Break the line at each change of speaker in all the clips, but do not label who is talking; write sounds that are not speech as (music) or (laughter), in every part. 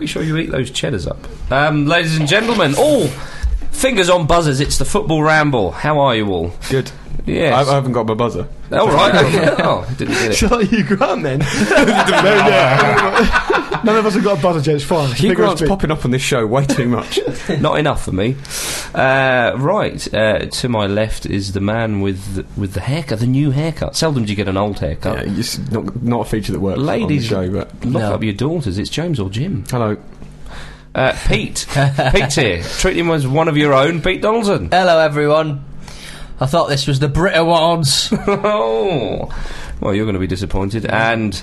Make sure you eat those cheddars up. Um, ladies and gentlemen, all fingers on buzzers. It's the football ramble. How are you all?
Good.
Yes.
I, I haven't got my buzzer.
all right. okay. (laughs) Oh, didn't get it.
Shall I Hugh Grant then? (laughs) None of us have got a buzzer, Jay. It's fine.
Hugh
Big
Grant's
rugby.
popping up on this show way too much. (laughs)
Not enough for me. Uh, right. Uh, to my left is the man with the, with the haircut, the new haircut. Seldom do you get an old
yeah,
haircut.
it's not, not a feature that works
Ladies-
on the show, but...
Lock
No.
up your daughters. It's James or Jim.
Hello.
Uh, Pete. Pete's here. Treat him as one of your own. Pete Donaldson. (laughs)
Hello, everyone. I thought this was the Brit
(laughs)
Awards.
Mm-hmm. oh. Well, you're going to be disappointed. And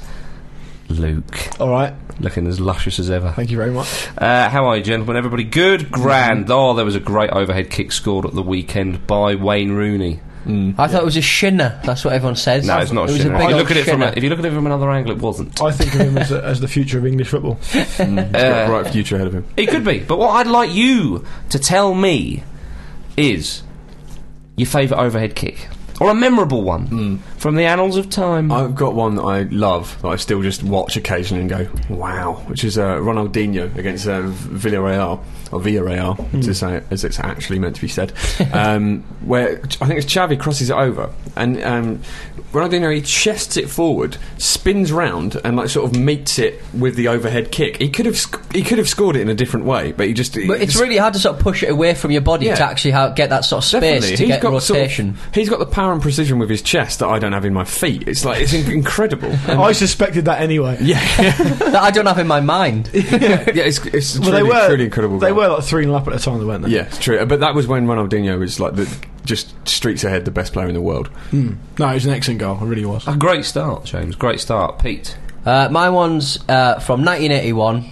Luke.
All right.
Looking as luscious as ever.
Thank you very much.
Uh, how are you, gentlemen? Everybody good? Grand. Oh, there was a great overhead kick scored at the weekend by Wayne Rooney.
I thought it was a shinner. That's what everyone says.
No, it's not
It
a
was
shinner.
a big
If you
old
look at it from a,
shinner.
if you look at it from another angle, it wasn't.
I think of him as, as the future of English football.
He's got a bright future ahead of him.
It could be. But what I'd like you to tell me is your favourite overhead kick or a memorable one from the annals of time.
I've got one that I love that I still just watch occasionally and go, wow, which is uh, Ronaldinho against uh, Villarreal, or Villarreal, to say
Hmm.
it as it's actually meant to be said, um, (laughs) where Ch- I think it's Xavi crosses it over, and um, Ronaldinho, he chests it forward, spins round, and like sort of meets it with the overhead kick. He could have sc- he could have scored it in a different way, but he just...
But it's really hard to sort of push it away from your body
Yeah.
to actually ha- get that sort of space
Definitely.
to
He's
get
got sort of-
rotation.
(laughs)
he's got the power and precision with his chest that I don't have in my feet. It's like, it's in- (laughs) incredible. And-
I suspected that anyway.
yeah.
that I don't have in my mind.
yeah, it's, it's
Well,
truly,
they were
truly incredible.
They
goal.
were like three and up at the time, though, weren't they?
Yeah, it's true. But that was when Ronaldinho was like the just streets ahead, the best player in the world.
No, it was an excellent goal. It
(laughs)
really was.
a great start, James. Great start, Pete.
Uh, my one's uh, from 1981.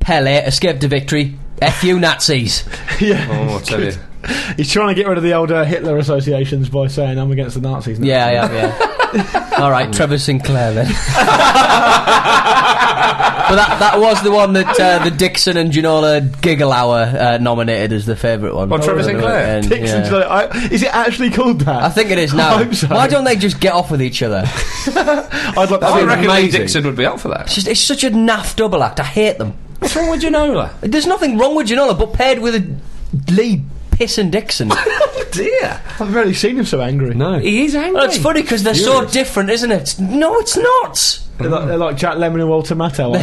Pele escaped to victory. F you Nazis.
(laughs)
yeah.
Oh, I tell you.
He's trying to get rid of the old uh, Hitler associations by saying I'm against the Nazis. now." (laughs)
Yeah, yeah, yeah. All right, Trevor Sinclair then. (laughs) but that, that was the one that uh, the Dixon and Ginola Giggle Hour uh, nominated as the favourite one.
Oh, Trevor
And,
Sinclair?
and,
Dixon's
yeah.
like, I, is it actually called that?
I think
(laughs)
it is
(laughs)
now.
I hope so.
Why don't they just get off with each other?
I'd like
I
to
reckon Lee
amazing.
Dixon would be up for (laughs)
It's
that.
just it's such a naff double act. I hate them.
What's wrong with Ginola?
There's nothing wrong with Ginola, but paired with a Lee Piss and
(laughs)
Dixon. well,
Dear.
I've rarely seen him so angry.
No,
He is angry.
it's funny because they're so different, isn't it? No, it's not.
They're like, they're like Jack Lemon and Walter Matthau, I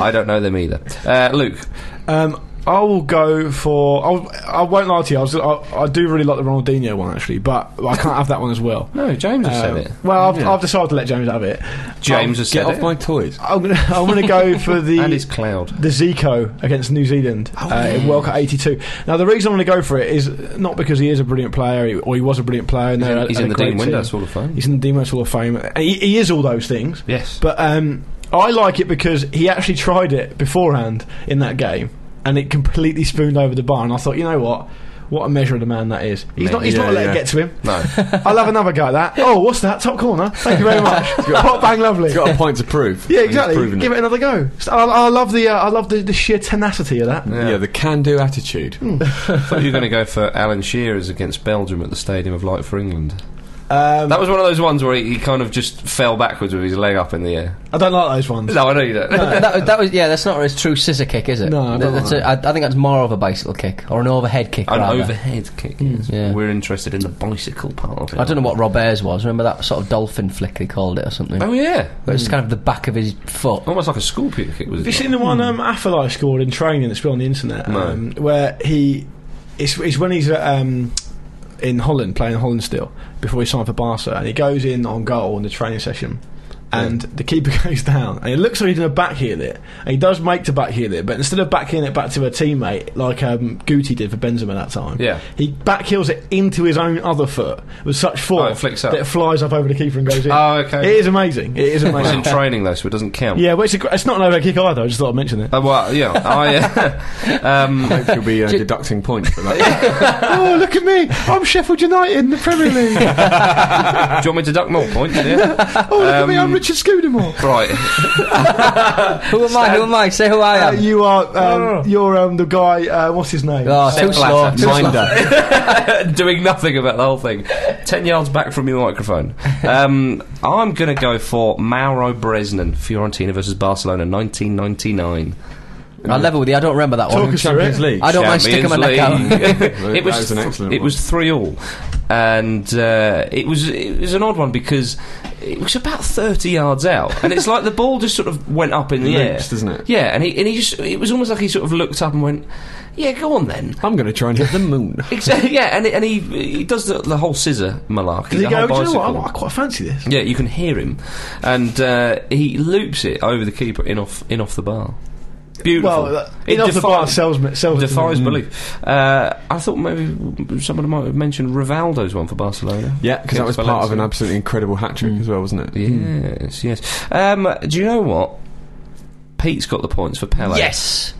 (laughs) I don't know them either. Uh, Luke.
Um, I will go for. I'll, I won't lie to you. I, was, I, I do really like the Ronaldinho one actually, but I can't have that one as well.
No, James has
Um,
(laughs) said it.
Well, I've,
Yeah.
I've decided to let James have it.
James has
get
said
off
it.
my toys.
I'm gonna, (laughs) I'm gonna go for the
and Oh, his cloud.
the Zico against New Zealand uh, in World Cup '82. Now, the reason I'm going to go for it is not because he is a brilliant player, he- or he was a brilliant player. and
He's
they
in,
had-
he's
had
in
a
the
great
Dean Windows
team.
Hall of Fame.
He's in the Dean West Hall of Fame. And He, he is all those things.
(laughs) Yes.
But um, I like it because he actually tried it beforehand in that game, and it completely spooned over the bar. And I thought, you know what? What a measure of the man that is. He's not. He's
Yeah,
not let
yeah.
it get to him.
no.
(laughs) I'll have another go
(laughs)
at that. Oh, what's that? Top corner. Thank you very much. Hot bang, lovely.
He's got a point to prove.
(laughs) Yeah,
and he's
exactly.
proven
Give it another go. So I, I love the. Uh, I love the, the sheer tenacity of that.
Yeah. the can-do attitude.
Hmm.
I thought you were going to go for Alan Shearer's against Belgium at the Stadium of Light for England.
Um,
That was one of those ones where he, he kind of just fell backwards with his leg up in the air.
I don't like those ones.
No, I know you don't.
that, that was yeah. That's not his true scissor kick, is it?
No, I don't
that's
like
a, I, I think that's more of a bicycle kick or an overhead
(laughs)
kick.
An
rather.
overhead kick. yes.
yeah.
We're interested in the bicycle part of it.
I don't know what Robert's was. Remember that sort of dolphin flick they called it or something?
Oh (laughs) yeah,
But it's kind of the back of his foot.
almost like a scorpion kick. Was
Have you
it?
seen the one um, Affalai scored in training that's been on the internet?
No.
Um, where he. It's, it's when he's at, um, in Holland, playing Holland still, before he signed for Barca, and he goes in on goal in the training session. And the keeper (laughs) goes down, and it looks like he's going to backheel it. And he does make to backheel it, but instead of backheeling it back to a teammate, like um, Guti did for Benzema that time,
Yeah.
he backheels it into his own other foot with such force
Oh, it flicks up.
that it flies up over the keeper and goes in.
Oh, okay.
It is amazing. It is
I was
amazing.
in training though, so it doesn't count.
yeah, but it's, a, gr- it's not an overhead kick either. I just thought I'd mention it.
Uh, well, yeah. I, uh, (laughs) um,
I hope you'll
(laughs)
be uh, deducting points for that.
oh, look at me. I'm Sheffield United in the
(laughs)
Premier League. Oh,
do you want me to duck more points? (laughs) Yeah.
look at me.
Um,
I'm Richard Scudamore.
Right.
Who am I? Who am I? Say who I
Uh,
am.
you are
Oh.
um, you're um, the guy. Uh, what's his name?
Oh,
Step
too slow.
ladder.
Too slow.
Minder.
Doing nothing about the whole thing. Ten yards back from your microphone. Um, I'm going to go for Mauro Bresnan, Fiorentina versus Barcelona, 1999.
I'll level with you. I don't remember that
Talk
one.
us through it.
I don't mind sticking my neck out.
out. it
That
was,
was an
th-
excellent
It
one.
was three all, and uh, it was it was an odd one because it was about thirty yards out, and it's like the ball just sort of went up in the air,
Looped, doesn't it?
Yeah, and he and he just it was almost like he sort of looked up and went, "Yeah, go on then."
I'm going to try and hit the
(laughs)
moon.
Exactly. (laughs) Yeah, and he- and he he does the, the whole scissor malarkey.
Does he
the
go,
whole
do you know what?
bicycle."
I, I quite fancy this.
Yeah, you can hear him, and uh, he loops it over the keeper in off in off the bar. Beautiful.
Well, uh, Mm-hmm.
It
enough
defi-
about Mm. sells, me- sells it to
defies
me.
belief. Uh, I thought maybe someone might have mentioned Rivaldo's one for Barcelona.
Yeah, because that was part of an absolutely incredible hat
Hmm.
trick as well, wasn't it?
Yes, yes. Um, do you know what? Pete's got the points for Pele.
Yes,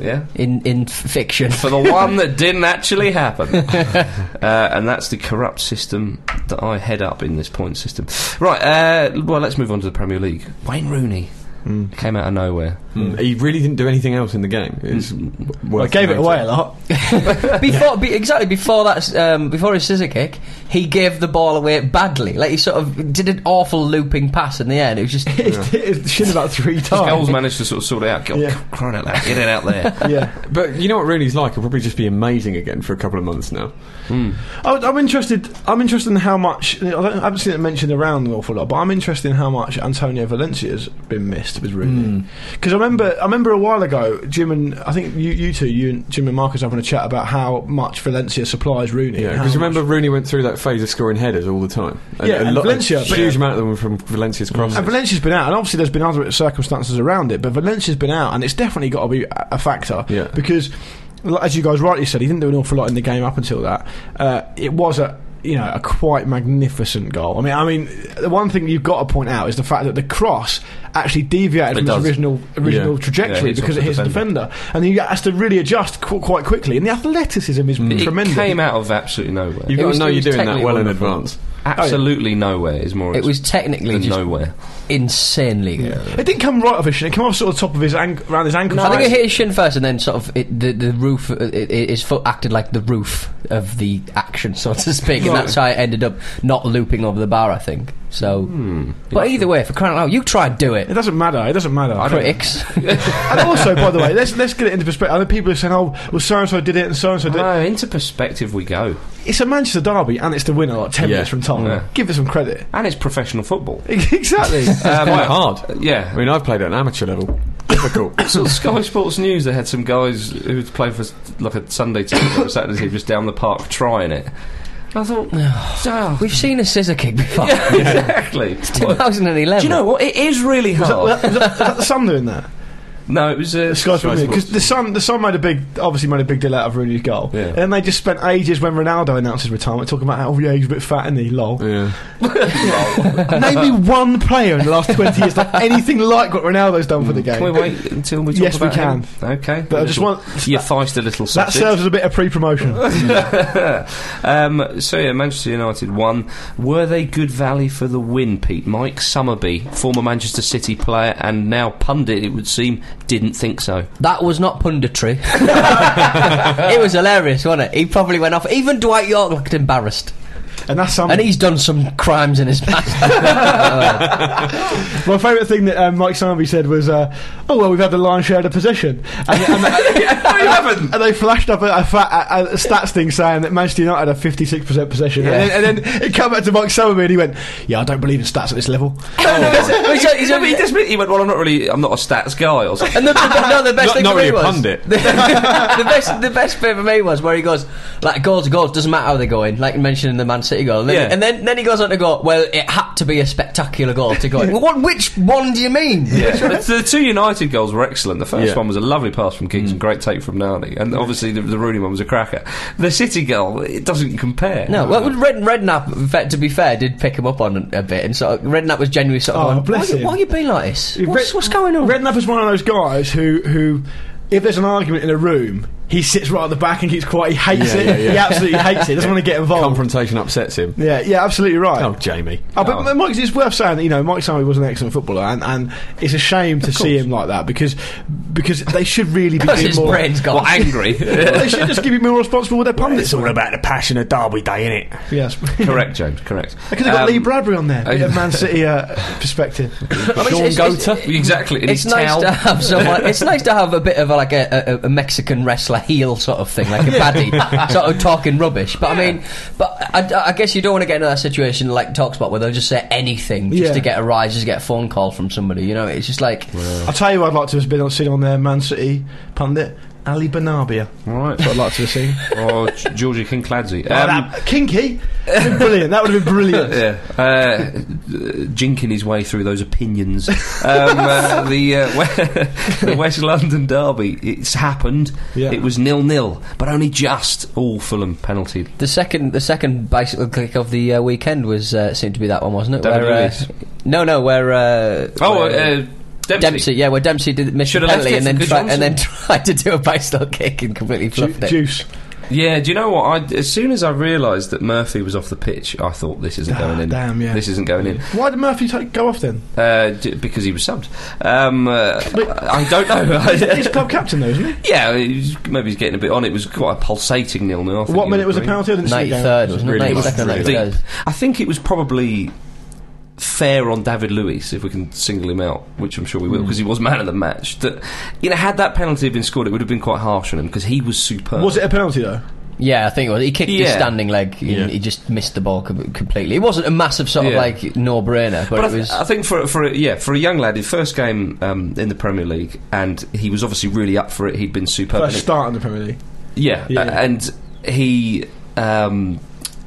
Yeah.
in in f- fiction.
For the one that didn't actually happen. uh, and that's the corrupt system that I head up in this point system. Right, uh, well, let's move on to the Premier League. Wayne Rooney came out of nowhere.
Mm. He really didn't do anything else in the game. It's
Hmm. Well, I gave it away a lot.
before be, exactly before that um, before his scissor kick, he gave the ball away badly. Like he sort of did an awful looping pass in the end. It was
(laughs)
just
It's shit about three
Goals
times.
managed to sort of sort it out. God,
Oh,
(laughs)
Yeah.
crying out loud, get it out
(laughs)
there.
yeah,
But you know what Rooney's like? He'll probably just be amazing again for a couple of months now.
I, I'm interested. I'm interested in how much. I, don't, I haven't seen it mentioned around an awful lot, but I'm interested in how much Antonio Valencia has been missed with
Hmm.
Rooney. Because I remember, I remember a while ago, Jim and I think you, you two, you and Jim and Marcus, having a chat about how much Valencia supplies Rooney.
Yeah,
and how
because remember
much-
Rooney went through that phase of scoring headers all the time.
Yeah, and
a
Valencia, but- Mm.
huge amount of them were from Valencia's crosses.
And Valencia's been out, and obviously there's been other circumstances around it, but Valencia's been out, and it's definitely got to be a a factor.
Yeah.
Because, l- as you guys rightly said, he didn't do an awful lot in the game up until that. Uh, it was a you know a quite magnificent goal. I mean, I mean, the one thing you've got to point out is the fact that the cross actually deviated
It
from
does.
its original original
Yeah.
trajectory
Yeah, it hits
because
off
it
the
hits the defender, and he has to really adjust qu- quite quickly. And the athleticism is
Mm. It
tremendous.
came out of absolutely nowhere.
You've
It
got
was-
to know
it
you're
was
doing that
technically
well in
wonderful.
advance.
Oh,
absolutely nowhere is more.
it was technically
than
just
nowhere.
insanely good.
It didn't come right off his shin; it came off sort of top of his ankle, around his ankle.
I think it hit his shin first, and then sort of it, the the roof. uh, It, it, his foot acted like the roof of the action, (laughs) so to speak, and
Right.
that's how it ended up not looping over the bar. I think so.
Hmm.
But either way, for crying out loud, you try and do
It
it,
doesn't matter. It doesn't matter.
critics. (laughs)
and also, by the way, let's let's get it into perspective. I know people are saying, "Oh, well, so and so did it, and so and so did it."
No, Uh, into perspective we go,
It's a Manchester derby, and it's the winner, like ten
Yeah.
minutes from time.
Yeah.
Give it some credit. (laughs)
and it's professional football. (laughs)
exactly.
Um,
Quite hard.
Yeah,
I mean, I've played at an amateur level.
(coughs)
Difficult.
sort of Sky Sports News, they had some guys who would play for like a Sunday team or a Saturday team just down the park trying it. I
(sighs)
thought,
(laughs)
oh,
We've seen a scissor kick
(laughs)
before. (laughs)
exactly. What-
2011.
Do you know what? It is really hard.
was, that, was that- was that the Sun doing that?
no, it was uh,
Sky Sports because the Sun the Sun made a big obviously made a big deal out of Rooney's goal,
Yeah.
and then they just spent ages when Ronaldo announced his retirement talking about how oh, yeah he's a bit fat and he lol.
yeah.
(laughs) Name
(laughs)
me one player in the last twenty years that anything like what Ronaldo's done for the game.
Mm. Can we wait until we talk
Yes, we
about him? Okay,
But I just want
you feisty little
that
sausage.
serves as a bit of pre-promotion.
(laughs) um, so yeah, Manchester United won. Were they good value for the win, Pete? Mike Summerby, former Manchester City player and now pundit, it would seem, didn't think (laughs) so.
That was not
(laughs)
punditry. it was hilarious, wasn't it? He probably went off. Even Dwight York looked embarrassed.
and that's something.
And he's done some crimes in
(laughs)
his past.
My favourite thing that um, Mike Samby said was, uh, "Oh well, we've had the lion's share of the possession,"
(laughs)
and, and, and, and they flashed up a, a, fat, a, a stats thing saying that Manchester United had fifty six percent possession, and, then, and then it came back to Mike Samby and he went, "Yeah, I don't believe in stats at this level."
(laughs) He's a- he's a-
No, but he, just, he went, well, I'm not really, I'm not a stats guy. Or (laughs) something.
And the, the, no, the best
Not-
thing
not
for
really
me
a
was
pundit.
(laughs) The, the best, the best bit for me was where he goes like goals, are goals doesn't matter how they go in, like mentioning the Man City goal, and then,
Yeah.
and then then he goes on to go, well, it had to be a spectacular goal to
(laughs)
go in. well, what, which one do you mean?
the, (laughs) the two United goals were excellent. The first
Yeah.
one was a lovely pass from Giggs and great take from Nardi, and obviously the, the Rooney one was a cracker. The City goal, it doesn't compare.
No, well, Red, Redknapp, in fact, to be fair, did pick him up on a bit, and sort of, Redknapp was genuinely sort of
Oh,
going,
bless
why,
him.
why are you being like this?
Red-
What's, what's going on?
Redknapp is one of those guys who who. If there's an argument in a room, he sits right at the back and keeps quiet. He hates
Yeah,
it.
yeah, yeah.
He absolutely hates it. Doesn't want to get involved.
Confrontation upsets him.
yeah, Oh. yeah, absolutely right.
Oh, Jamie.
Oh, but M- Mike, it's worth saying that you know Mike Sammy was an excellent footballer, and, and it's a shame to see him like that because because they should really be
Because
doing
his
more.
brain's gone.
Well, angry.
(laughs) they should just be more responsible with their pundits.
all about the passion of Derby Day, innit?
Yes, (laughs) because
correct, James. Correct.
they got
Um,
Lee Bradbury on there,
(laughs) I-
bit of Man City uh, perspective.
I mean, it's- it's- it's-
exactly. in
It's
his
nice
towel.
to
(laughs)
have someone. It's nice to have a bit of a, like a, a, a Mexican wrestler heel sort of thing,
(laughs)
like a baddie, sort of talking rubbish. But I mean, but I, I guess you don't want to get into that situation like Talkspot where they'll just say anything just
Yeah.
to get a rise, just to get a phone call from somebody. You know, it's just like
I'll tell you, what I'd like to have been on seen on their Man City pundit Ali Benabia.
Right.
I'd like to have seen.
or Oh, G- Georgie Kincladsey.
Oh,
Um,
that- kinky, That'd been brilliant. That would have been
(laughs)
brilliant.
yeah, uh, jinking his way through those opinions. Um, uh,
(laughs)
the, uh, (laughs) we- the West London derby, it's happened.
Yeah.
It was nil nil, but only just. All Fulham penalty.
the second the second bicycle click of the uh, weekend was uh, seemed to be that one, wasn't it?
David
where, uh,
Luiz.
no, no, where uh,
Oh, uh,
where-
Dempsey.
yeah, where Dempsey did miss a
Should've left
penalty
it
and
for
then
Good
try, and
Johnson.
then (laughs) tried to do a bicycle kick and completely
Ju-
fluffed it.
juice.
Yeah, do you know what? I, as soon as I realised that Murphy was off the pitch, I thought this isn't
Ah,
going in.
damn, yeah.
This isn't going in
Why did Murphy take, go
(laughs)
off then?
uh, d- because he was subbed. Um, uh, I don't
(laughs)
know. (laughs)
He's club captain though, isn't he?
yeah, he's- maybe he's getting a bit on. It was quite a pulsating nil nil.
What minute was the penalty? I didn't see it
Ninety
going.
third, wasn't it?
Really
Ninety
was
second,
really
ninety
deep.
third.
I think it was probably fair on David Lewis, if we can single him out, which I'm sure we will,
Hmm.
because he was man of the match. That you know, had that penalty been scored, it would have been quite harsh on him because he was superb.
Was it a penalty though?
Yeah, I think it was. He kicked his
Yeah.
standing leg. and
Yeah.
He just missed the ball com- completely. It wasn't a massive sort of
Yeah.
like no-brainer, but,
But I,
it
th-
was.
I think for for a, yeah for a young lad, his first game um, in the Premier League, and he was obviously really up for it. He'd been superb.
First
And it-
start in the Premier League.
Yeah,
Yeah.
uh, and he. Um,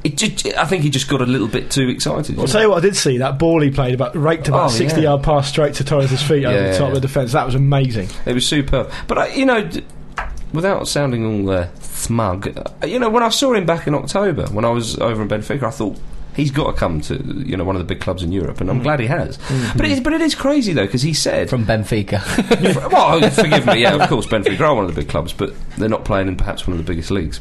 it just, I think he just got a little bit too excited.
I'll
you
tell you what, I did see that ball he played about raked about
Oh,
a sixty
yeah.
yard pass straight to Torres' feet over
Yeah,
the
yeah,
top of
yeah.
the defence. That was amazing.
It was superb. But, I, you know, d- without sounding all uh, smug, uh, you know, when I saw him back in October, when I was over in Benfica, I thought, he's got to come to, you know, one of the big clubs in Europe, and I'm glad he has. But, it is, but it is crazy, though, because he said...
(laughs)
from Benfica.
(laughs) well, oh, forgive me, yeah, of course, Benfica are one of the big clubs, but they're not playing in perhaps one of the biggest leagues.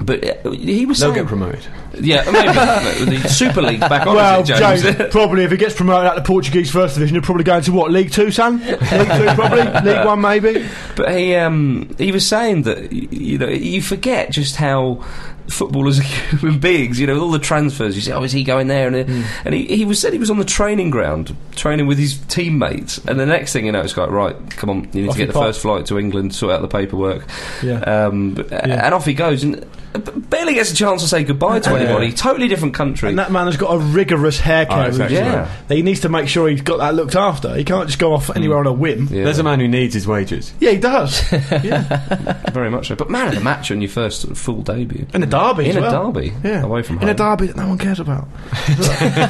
But uh, he was
They'll
saying...
get promoted.
yeah, maybe. the Super League back on,
well,
is it, James?
probably if he gets promoted out of the Portuguese First Division, he'll probably go into what League
(laughs)
Two, Sam? League Two, probably. League One, maybe.
But he um, he was saying that y- you know you forget just how footballers are (laughs) human beings. You know all the transfers. You say, oh, is he going there? And, and he, he was said he was on the training ground training with his teammates. And the next thing you know, it's like right, come on, you need
Off
to get the
you pop.
first flight to England, sort out the paperwork,
Yeah.
um, b-
Yeah.
and off he goes. And uh, b- barely gets a chance to say goodbye to
Yeah.
anybody. Totally different country.
and that man has got a rigorous hair care
Oh, exactly.
regime
Yeah.
that he needs to make sure he's got that looked after. He can't just go off anywhere on a whim.
Yeah,
There's a man who needs his wages.
Yeah, he
(laughs)
does. yeah,
very much so. But man of the match on your first full debut.
in a derby as
In a
well.
derby,
Yeah,
away from
in
home.
a derby that no one cares about.
(laughs)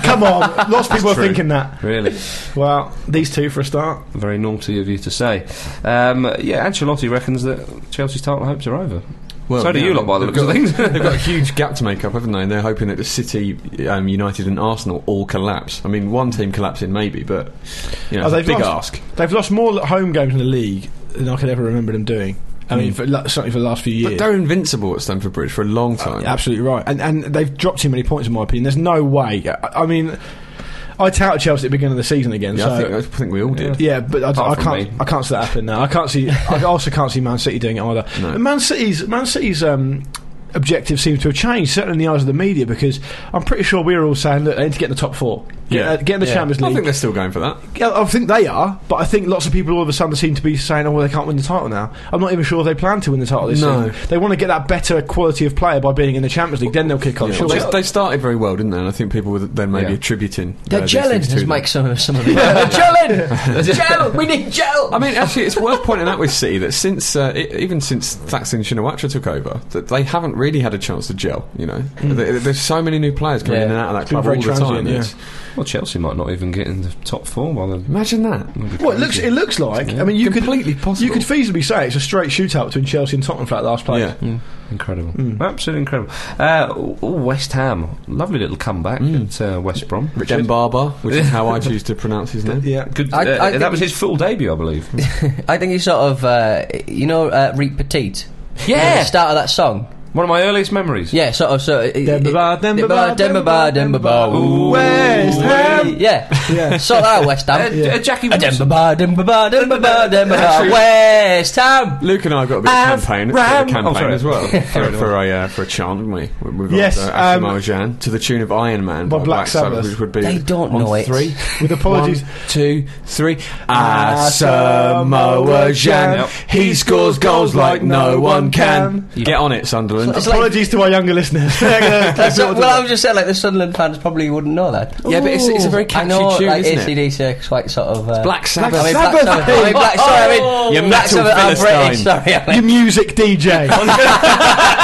Come on, lots of people are
true.
thinking that.
really.
Well, these two for a start.
Very naughty of you to say. Um, yeah, Ancelotti reckons that Chelsea's title hopes are over.
Well,
so do
yeah,
you lot, by the
they've
looks of
got-
things. (laughs)
(laughs) They've got a huge gap to make up, haven't they? And they're hoping that the City, um, United, and Arsenal all collapse. I mean, one team collapsing maybe, but you know,
Oh,
it's a
they've
big
lost-
ask.
They've lost more home games in the league than I could ever remember them doing. I mean, for, like, certainly for the last few
Hmm. But
years.
they're invincible at Stamford Bridge for a long
Uh,
time.
Absolutely right. And and they've dropped too many points, in my opinion. There's no way. I, I mean, I touted Chelsea at the beginning of the season again.
Yeah,
so
I, think, I think we all did.
Yeah, but I, I
Apart from
can't.
me.
I can't see that happening now. I can't see. I also can't see Man City doing it either.
No.
But Man City's Man City's um, objective seems to have changed, certainly in the eyes of the media, because I'm pretty sure we were all saying, look, they need to get in the top four. Get,
Yeah.
uh, get in the
Yeah.
Champions
I
League.
think they're still going for that.
Yeah, I think they are, but I think lots of people all of a sudden seem to be saying, "Oh, well, they can't win the title now." I'm not even sure if they plan to win the title this
No.
season. They want to get that better quality of player by being in the Champions League. Then they'll kick on.
Well,
surely.
they, they started very well, didn't they? And I think people were then maybe
Yeah.
attributing. uh,
They're
these
gelling,
things to
as
them.
Mike some
(laughs)
of some of them. They're gelling. gel. We need gel.
I mean, actually, it's worth pointing out with City that since uh, e- even since Thaksin Shinawatra took over, that they haven't really had a chance to gel. You know, There- there's so many new players coming
Yeah.
in and out of that
It's Hmm. been
club
very
all the time.
transient, yeah.
It's-
Well, Chelsea might not even get in the top four. While they're-
Imagine that.
Well, it looks it looks like. I mean, you
Completely
could
possible.
you could feasibly say it's a straight shootout between Chelsea and Tottenham for that last play.
Yeah.
incredible,
Mm.
absolutely incredible. Uh, ooh, West Ham, lovely little comeback
Mm.
at uh, West Brom.
Richard Barber, which is how I
(laughs)
choose to pronounce his name.
Yeah.
Good,
I-
uh,
I
that
think-
was his full debut, I
(laughs)
believe. (laughs)
I think he's sort of, uh, you know, uh, Reek Petite. At the start of that song.
one of my earliest memories.
Yeah, sort of. So,
Demba ba, Demba ba,
Demba ba, Demba ba. Ooh.
West Ham.
Yeah.
Yeah.
Sort that out, West
Uh,
(laughs)
Ham.
uh, Jackie
A Demba
Wilson.
ba, Demba ba, Demba ba, Demba ba.
Actually-
West Ham.
Luke and I got a bit
I've
of campaign, a bit
ran-
of
Oh,
campaign
sorry.
as well (laughs) for,
on.
for a uh, for a chant, didn't we? we we've
Yes,
got, uh,
um,
Jan to the tune of Iron Man
by Black Sabbath.
which would be
They don't
on
know it.
Three
With apologies.
One, two, three. Asamoah Gyan,
Yep.
he scores goals like no one can.
Yeah.
Get on it, Sunderland. (laughs)
It's like-
Apologies to our younger listeners. They're gonna-
That's not- well, I was just saying, like, the Sunderland fans probably wouldn't know that.
Yeah, but it's- it's a very
I
catchy
know,
tune,
like,
isn't it?
ACDC are quite sort of. Uh,
Black Sabbath.
I mean, Black Sabbath. I mean, Black Sabbath. I mean,
You
Black
metal
Sabbath are British. (laughs)
Philistine.
Sorry, I mean.
Your music DJ.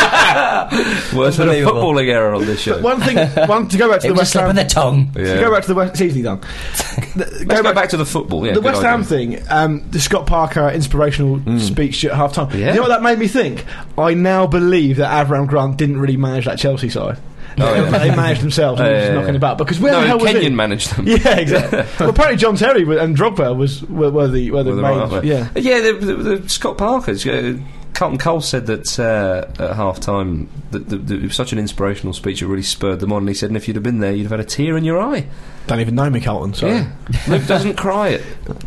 Worse than a
Unbelievable.
footballing error on this show.
one thing. One to go back to
It
the
was a
West
slip
Ham.
of the tongue.
Yeah.
To go back to the West, it's
(laughs)
easily done. The-
Let's go back to the football. Yeah,
the
good
West Ham
idea.
thing, um, the Scott Parker inspirational speech at half time.
Yeah.
You know what that made me think? I now believe that Avram Grant didn't really manage that Chelsea side.
Oh, yeah.
they managed themselves and
(laughs) Yeah,
were just
yeah,
knocking
yeah.
about. Because where the
No,
hell was
Kenyon
it?
managed them.
(laughs) Yeah, exactly.
(laughs)
well, apparently John Terry wa- and Drogba was, were, were the, were the
Were they
main.
right up there?
yeah.
yeah. The, the, the Scott Parker's. Uh, Carlton Cole said that uh, at half time that, that, that it was such an inspirational speech it really spurred them on. And he said, and if you'd have been there, you'd have had a tear in your eye.
Don't even know me, Carlton. Sorry.
Yeah, Luke doesn't
(laughs)
cry at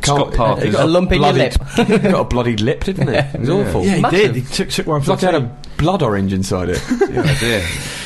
Scott Parker.
You've got a lump in your lip.
got a bloody lip, didn't it? It was (laughs)
Yeah.
awful.
Yeah, he
Massive.
did. He took, took one
It's
for
like
the
it had
team.
a blood orange inside it.
Oh, dear.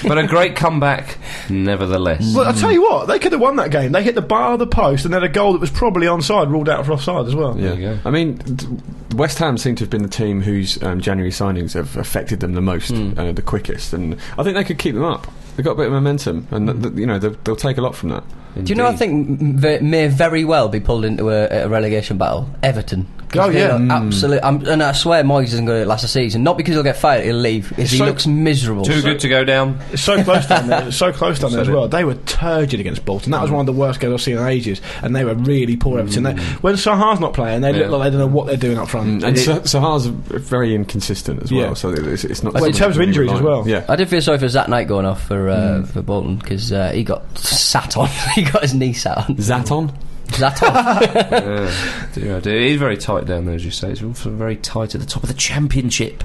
But a great comeback, nevertheless.
Well, I'll tell you what, they could have won that game. They hit the bar of the post and they had a goal that was probably onside, ruled out for offside as well.
There you go.
I mean, th- West Ham seem to have been the team whose um, January signings have affected them the most, uh, the quickest, and I think they could keep them up. They've got a bit of momentum, and th- th- you know they'll, they'll take a lot from that.
Do you know? I think m- they may very well be pulled into a, a relegation battle. Everton. 'Cause
Oh,
they
yeah.
look absolute- I'm, and I swear Moyes isn't going to last the season. Not because he'll get fired, he'll leave. 'cause he
so-
looks miserable.
Too good to go
(laughs)
down.
It's so close down there.
(laughs)
It's so close down there as
Said it.
well. They were turgid against Bolton.
Mm.
That was one of the worst games I've seen in ages, and they were really poor Everton. They, when Sahar's not playing, they
Yeah.
look like they don't know what they're doing up front.
And
it-
Sa- Sahar's very inconsistent as well,
Hmm. Yeah.
so it's, it's not.
Well, in
something
terms
you
of
can
injuries
rely on.
as well.
Yeah,
I did feel sorry for Zach Knight going off for uh, for Bolton because uh, he got (laughs) sat on. he got his knee sat on.
Zaton.
Sat on.
Yeah, dear, oh dear. It is very tight down there, as you say. It's also very tight at the top of the championship.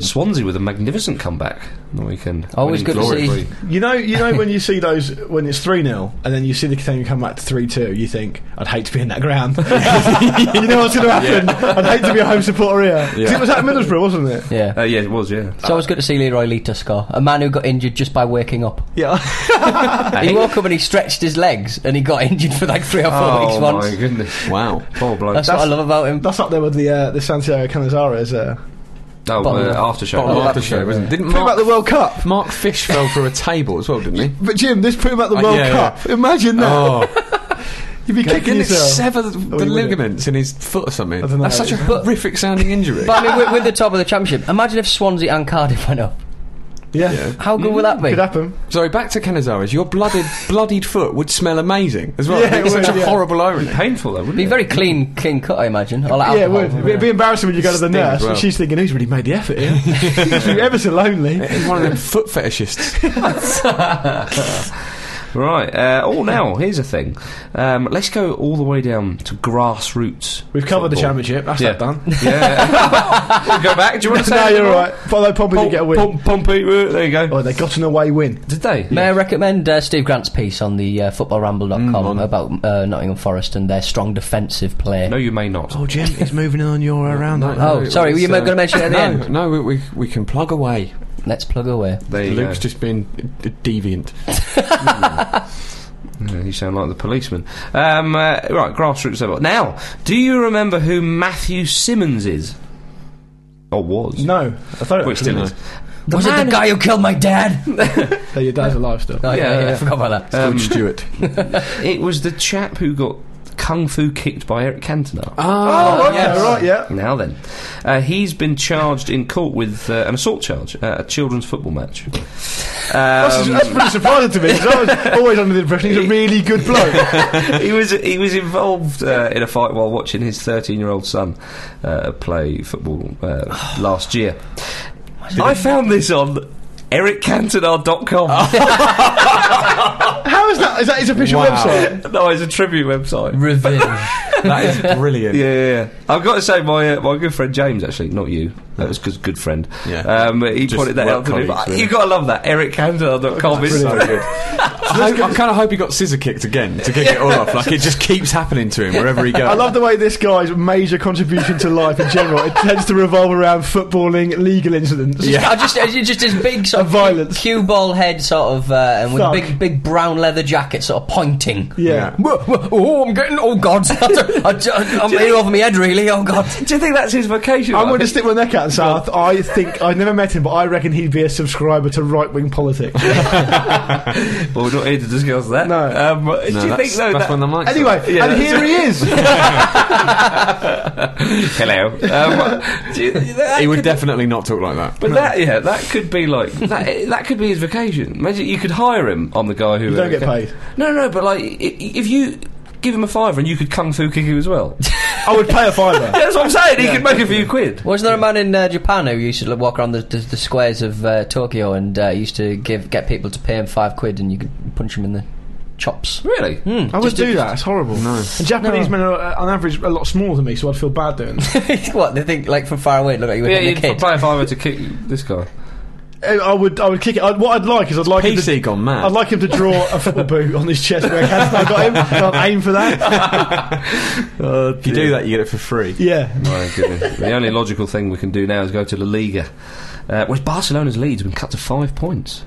Swansea with a magnificent comeback on the weekend.
(laughs) Hmm. Always
Winning
good to see.
gloriously.
You know, you know when you see those when it's three 0 and then you see the team come back to three two. You think, I'd hate to be in
(laughs)
that ground. you know what's going to happen? I'd hate to be a home supporter here. 'Cause
Yeah.
It was at Middlesbrough, wasn't it?
yeah.
Uh, yeah, it was. Yeah,
It's always good to see Leroy Lita score. A man who got injured just by waking up.
Yeah.
He woke up and he stretched his legs and he got injured for like three or four
oh
weeks
my
once.
goodness!
Wow.
Poor bloke.
That's, what I love about him.
That's up there with the uh, the Santiago Canizares. Uh,
oh,
bottom
uh,
left.
after show.
Bottom
Oh,
of the
that-
show, wasn't it? Didn't
Think about
Mark,
the World Cup.
Mark Fish fell for a table as well, didn't he?
But Jim, this put him at the
Uh,
World
yeah,
Cup. Imagine that.
Oh,
You'd be kicking
didn't it
yourself.
sever the, the
wouldn't it?
ligaments in his foot or something?
I dunno.
That's such a
But-
horrific sounding injury.
(laughs) But I mean, with, with the top of the championship, imagine if Swansea and Cardiff went up.
Yeah.
Yeah.
How good would that be?
Could happen.
Sorry, back to Canizares. Your blooded,
(laughs)
bloodied foot would smell amazing as well.
Yeah, it
it's such
would,
a
yeah.
horrible
(laughs)
irony.
Painful though, wouldn't
be
it?
very clean, clean cut, I imagine. Or like
yeah, it
alcohol.
would. It'd be embarrassing when you go to the
Stink,
nurse
well.
and she's thinking, who's really made the effort here? (laughs) He's been ever so lonely.
He's one of them foot
(laughs)
fetishists.
(laughs) Right. Uh, oh, now here's a thing. Um, let's go all the way down to grassroots.
We've covered the
football.
championship. That's
Yeah.
that done.
(laughs) Yeah. we'll go back. Do you want to say?
(laughs) no,
anything
you're
more?
right. Follow Pompey to
Pom-
get a win.
Pom- Pompey, uh, there you go.
Oh, they got an away win.
Did they?
May I recommend uh, Steve Grant's piece on the uh, footballramble.com about uh, Nottingham Forest and their strong defensive play?
No, you may not.
Oh, Jim, he's moving on your uh, round.
Oh, sorry, were you
it's,
gonna mention it at the
no,
end?
No, we, we, we can plug away.
Let's plug away.
There you
Luke's
go.
just been d- deviant.
Yeah, you sound like the policeman. Um, uh, right, grassroots level. Now, do you remember who Matthew Simmons is? Or was?
No, I thought
Well, he
it
still is. The
was it
man-
the guy who killed my dad?
So your dad's alive still.
Oh, yeah,
Yeah,
yeah,
yeah.
I forgot about that.
George Stewart.
It was the chap who got kung fu kicked by Eric Cantona.
Ah,
Oh, okay,
yes.
right, yeah.
Now then, uh, he's been charged in court with uh, an assault charge at a children's football match.
That's,
Um,
that's pretty surprising to me 'cause I was always under the impression he's a really good bloke.
he was he was involved uh, in a fight while watching his 13 year old son uh, play football uh, last year. I found this on (laughs) ericcantonar.com.
How is that? Is that his official
Wow.
website?
no, it's a tribute website.
Revenge. (laughs)
that is brilliant.
Yeah, yeah, yeah. I've got to say, my uh, my good friend James, actually, not you. That was good, good friend.
Yeah.
Um, he
Just
pointed that
work
out to me.
colleagues,
But
really.
You've got to love that. ericcantonar.com. It's
So good. I, hope- I kind of hope he got scissor kicked again to kick it all off. Like it just keeps happening to him wherever he goes.
I love the way this guy's major contribution to life in general. It tends to revolve around footballing, legal incidents.
Yeah.
I just, I just this big sort
Of
of
violence.
cue ball head sort of, uh, and with a
Thug.
big, big brown leather jacket, sort of pointing.
Yeah.
Whoa, whoa, Oh, I'm getting. Oh God, (laughs) I, (laughs) am in over my head, really. Oh God.
Do you think that's his vocation?
I'm going to stick my neck out and say I, th- I think I've never met him, but I reckon he'd be a subscriber to right wing (laughs) politics.
Well, we're not here to discuss that.
No.
Um, do
No,
you
that's,
think though
that's
that-
when the mic's
anyway,
Yeah,
and
that's-
here
(laughs)
he (laughs) is.
Hello. (laughs) Um,
(laughs)
do you- that
on. He would
could-
definitely not talk like that.
But that, yeah, that could be like that. (laughs) that could be his vacation. Imagine you could hire him on the guy who
You don't get paid.
No, no, but like i- if you give him a fiver and you could kung fu kick him as well. (laughs)
I would pay a fiver.
That's what I'm saying. He could make a few quid.
Wasn't there a man in uh, Japan who used to like, walk around the, the, the squares of uh, Tokyo and uh, used to give get people to pay him five quid and you could punch him in the chops?
Really?
Hmm.
I would do that. It's horrible. No. And Japanese men are, uh, on average, a lot smaller than me, so I'd feel bad doing. (laughs) It.
(laughs) what they think? Like from far away, it looked like you were
Yeah,
hitting a
you'd
kid.
pay a fiver to kick this guy.
Uh, I would, I would kick it. I'd, what I'd like is I'd like him to,
PC gone mad.
I'd like him to draw a football boot on his chest where Cantona got him. And I'd aim for (laughs) that.
if you do that, you get it for free.
Yeah.
My goodness. the only logical thing we can do now is go to La Liga, uh, where Barcelona's lead's been cut to five points.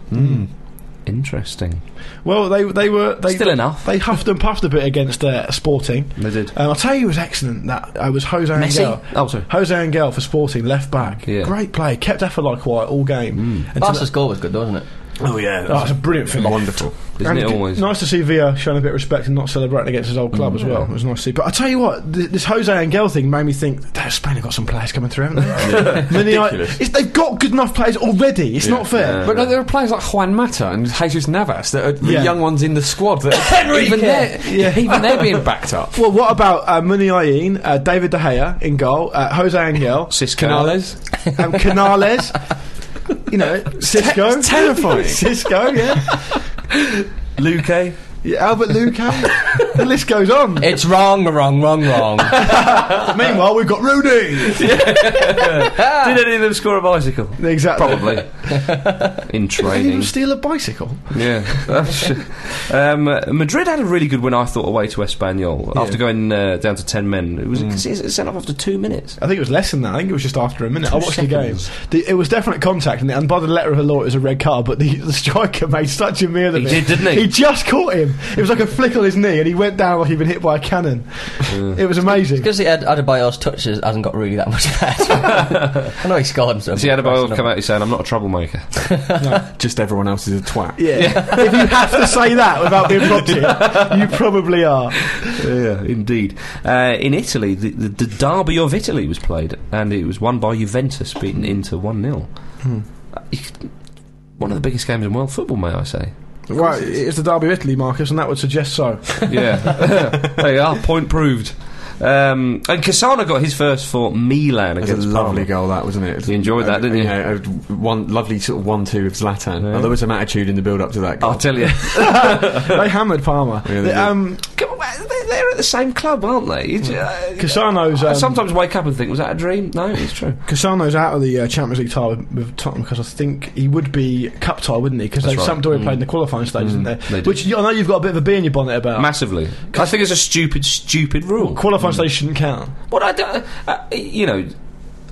Interesting.
Well, they they were they
Still enough.
They huffed and puffed a bit against uh, Sporting.
They did.
Um, I'll tell you, it was excellent. That uh, was Jose Angel.
Oh, sorry.
Jose Angel for Sporting, left back.
Yeah. Mm.
Great play. Kept Effelai quiet all game. Until
Barca's goal was good, though, wasn't it?
Oh yeah,
Oh, it's a brilliant finish.
wonderful.
Isn't
And
it
g-
always? Mm.
nice to see Villa showing a bit of respect and not celebrating against his old club as well. It was nice to see. But I tell you what, th- this Jose Angel thing made me think that Spain have got some players coming through, haven't
(laughs)
(laughs) they? And then the, I-
Ridiculous.
it's, they've got good enough players already. It's not fair.
But like, there are players like Juan Mata and Jesus Navas that are the
Yeah.
young ones in the squad
(laughs)
that
Henrique!
even they're
Yeah.
even they're
(laughs)
being backed up.
Well, what about uh, Muniain, uh, David De Gea in goal, uh, Jose Angel,
Cisco.
Canales,
um, Canales, you know, Cisco.
It's terrifying.
(laughs) Cisco, yeah.
Luque.
yeah Albert Luca. the list goes on.
It's wrong, wrong, wrong, wrong.
Meanwhile, we've got Rooney.
Did any of them score a bicycle? Ah.
Exactly.
(laughs) Probably. In
Did even
training.
steal a bicycle?
Yeah. (laughs) um, uh, Madrid had a really good win, I thought, away to Espanyol after going uh, down to 10 men. It was it sent off after two minutes.
I think it was less than that. I think it was just after a minute. I watched
seconds.
the game. The, it was definite contact, and, and by the letter of the law, it was a red card. But the, the striker made such a meal of
He
it.
did, didn't he?
He just caught him. It was like a flick on his knee, and he went down like he'd been hit by a cannon. It was amazing.
Because Ad- Adebayor's touches hasn't got really that much
(laughs)
there. I know he scored himself.
See, Adebayo come out and saying, I'm not a troublemaker.
just everyone else is a twat.
Yeah.
(laughs)
if you have to say that without being prompted, you probably are.
yeah, indeed. Uh, in Italy, the, the, the Derby of Italy was played, and it was won by Juventus, beaten into 1 0.
Hmm.
Uh, One of the biggest games in world football, may I
(laughs)
say.
Right, it's the Derby of Italy, Marcus, and that would suggest so.
(laughs) Yeah, there you are. Point proved. Um, and Cassano got his first for Milan
It was
against
a lovely
Parma.
goal that wasn't it?
You enjoyed that, didn't you?
Yeah, a one lovely sort of one-two with Zlatan. Oh, there was some attitude in the build-up to that goal.
I'll tell you, (laughs)
they hammered Palmer.
Yeah, they did.
um,
Come on, they- they're at the same club, aren't they? You
Hmm.
ju-
Cassano's.
I
Um,
sometimes wake up and think, was that a dream? No, it's
(laughs)
true.
Cassano's out of the uh, Champions League tie with, with Tottenham because I think he would be cup tie, wouldn't he? Because
That's right. Mm.
Sampdoria played in the qualifying stage, didn't they?
they did.
Which you, I know you've got a bit of a bee in your bonnet about.
Massively, I think it's a stupid, stupid rule.
qualifying stage shouldn't count.
What I do, uh, you know,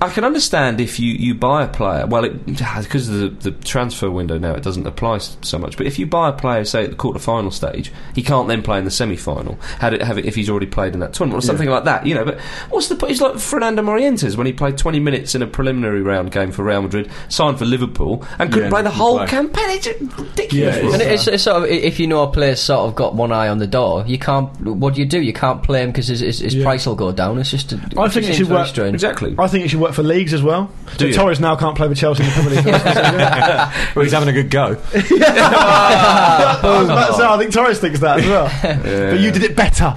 I can understand if you, you buy a player. Well, it, (laughs) because of the, the transfer window now, it doesn't apply s- so much. But if you buy a player, say at the quarter final stage, he can't then play in the semi final. Had it have it if he's already played in that tournament or something like that, you know. But what's the point? It's like Fernando Morientes when he played 20 minutes in a preliminary round game for Real Madrid, signed for Liverpool, and couldn't
Yeah,
play the
couldn't
whole
play.
campaign. It's ridiculous.
Yeah,
wasn't
And
it?
it's, it's sort of i- if you know a player's sort of got one eye on the door, you can't. What do you do? You can't play him because his, his, his
Yeah.
price will go down. It's just. I
I think it should work-
(laughs)
Strange.
exactly.
I think it should work for leagues as well.
Do
so
you?
Torres now can't play for Chelsea in
(laughs)
the Premier League. (laughs) for the rest of the season.
Oh.
Well, he's having a good go.
Ah,
I was
oh.
about to say, I think Torres thinks that as
(laughs)
well. But you did it better.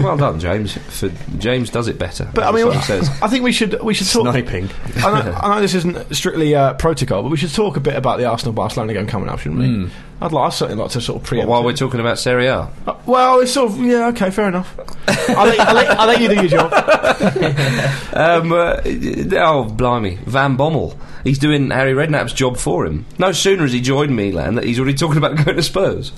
Well done, James. For James does it better.
But I
as
mean,
the song
(laughs)
says.
I think we should we should talk.
Sniping.
I know, I know this isn't strictly uh, protocol, but we should talk a bit about the Arsenal Barcelona game coming up, shouldn't we?
Hmm.
I'd like, I certainly like to sort of pre.
While we're talking about Serie A,
well, it's sort of yeah, okay, fair enough. I think, I think, I think you do your
(laughs)
job.
Um, uh, oh, blimey. Van Bommel. He's doing Harry Redknapp's job for him. No sooner has he joined Milan that he's already talking about going to Spurs.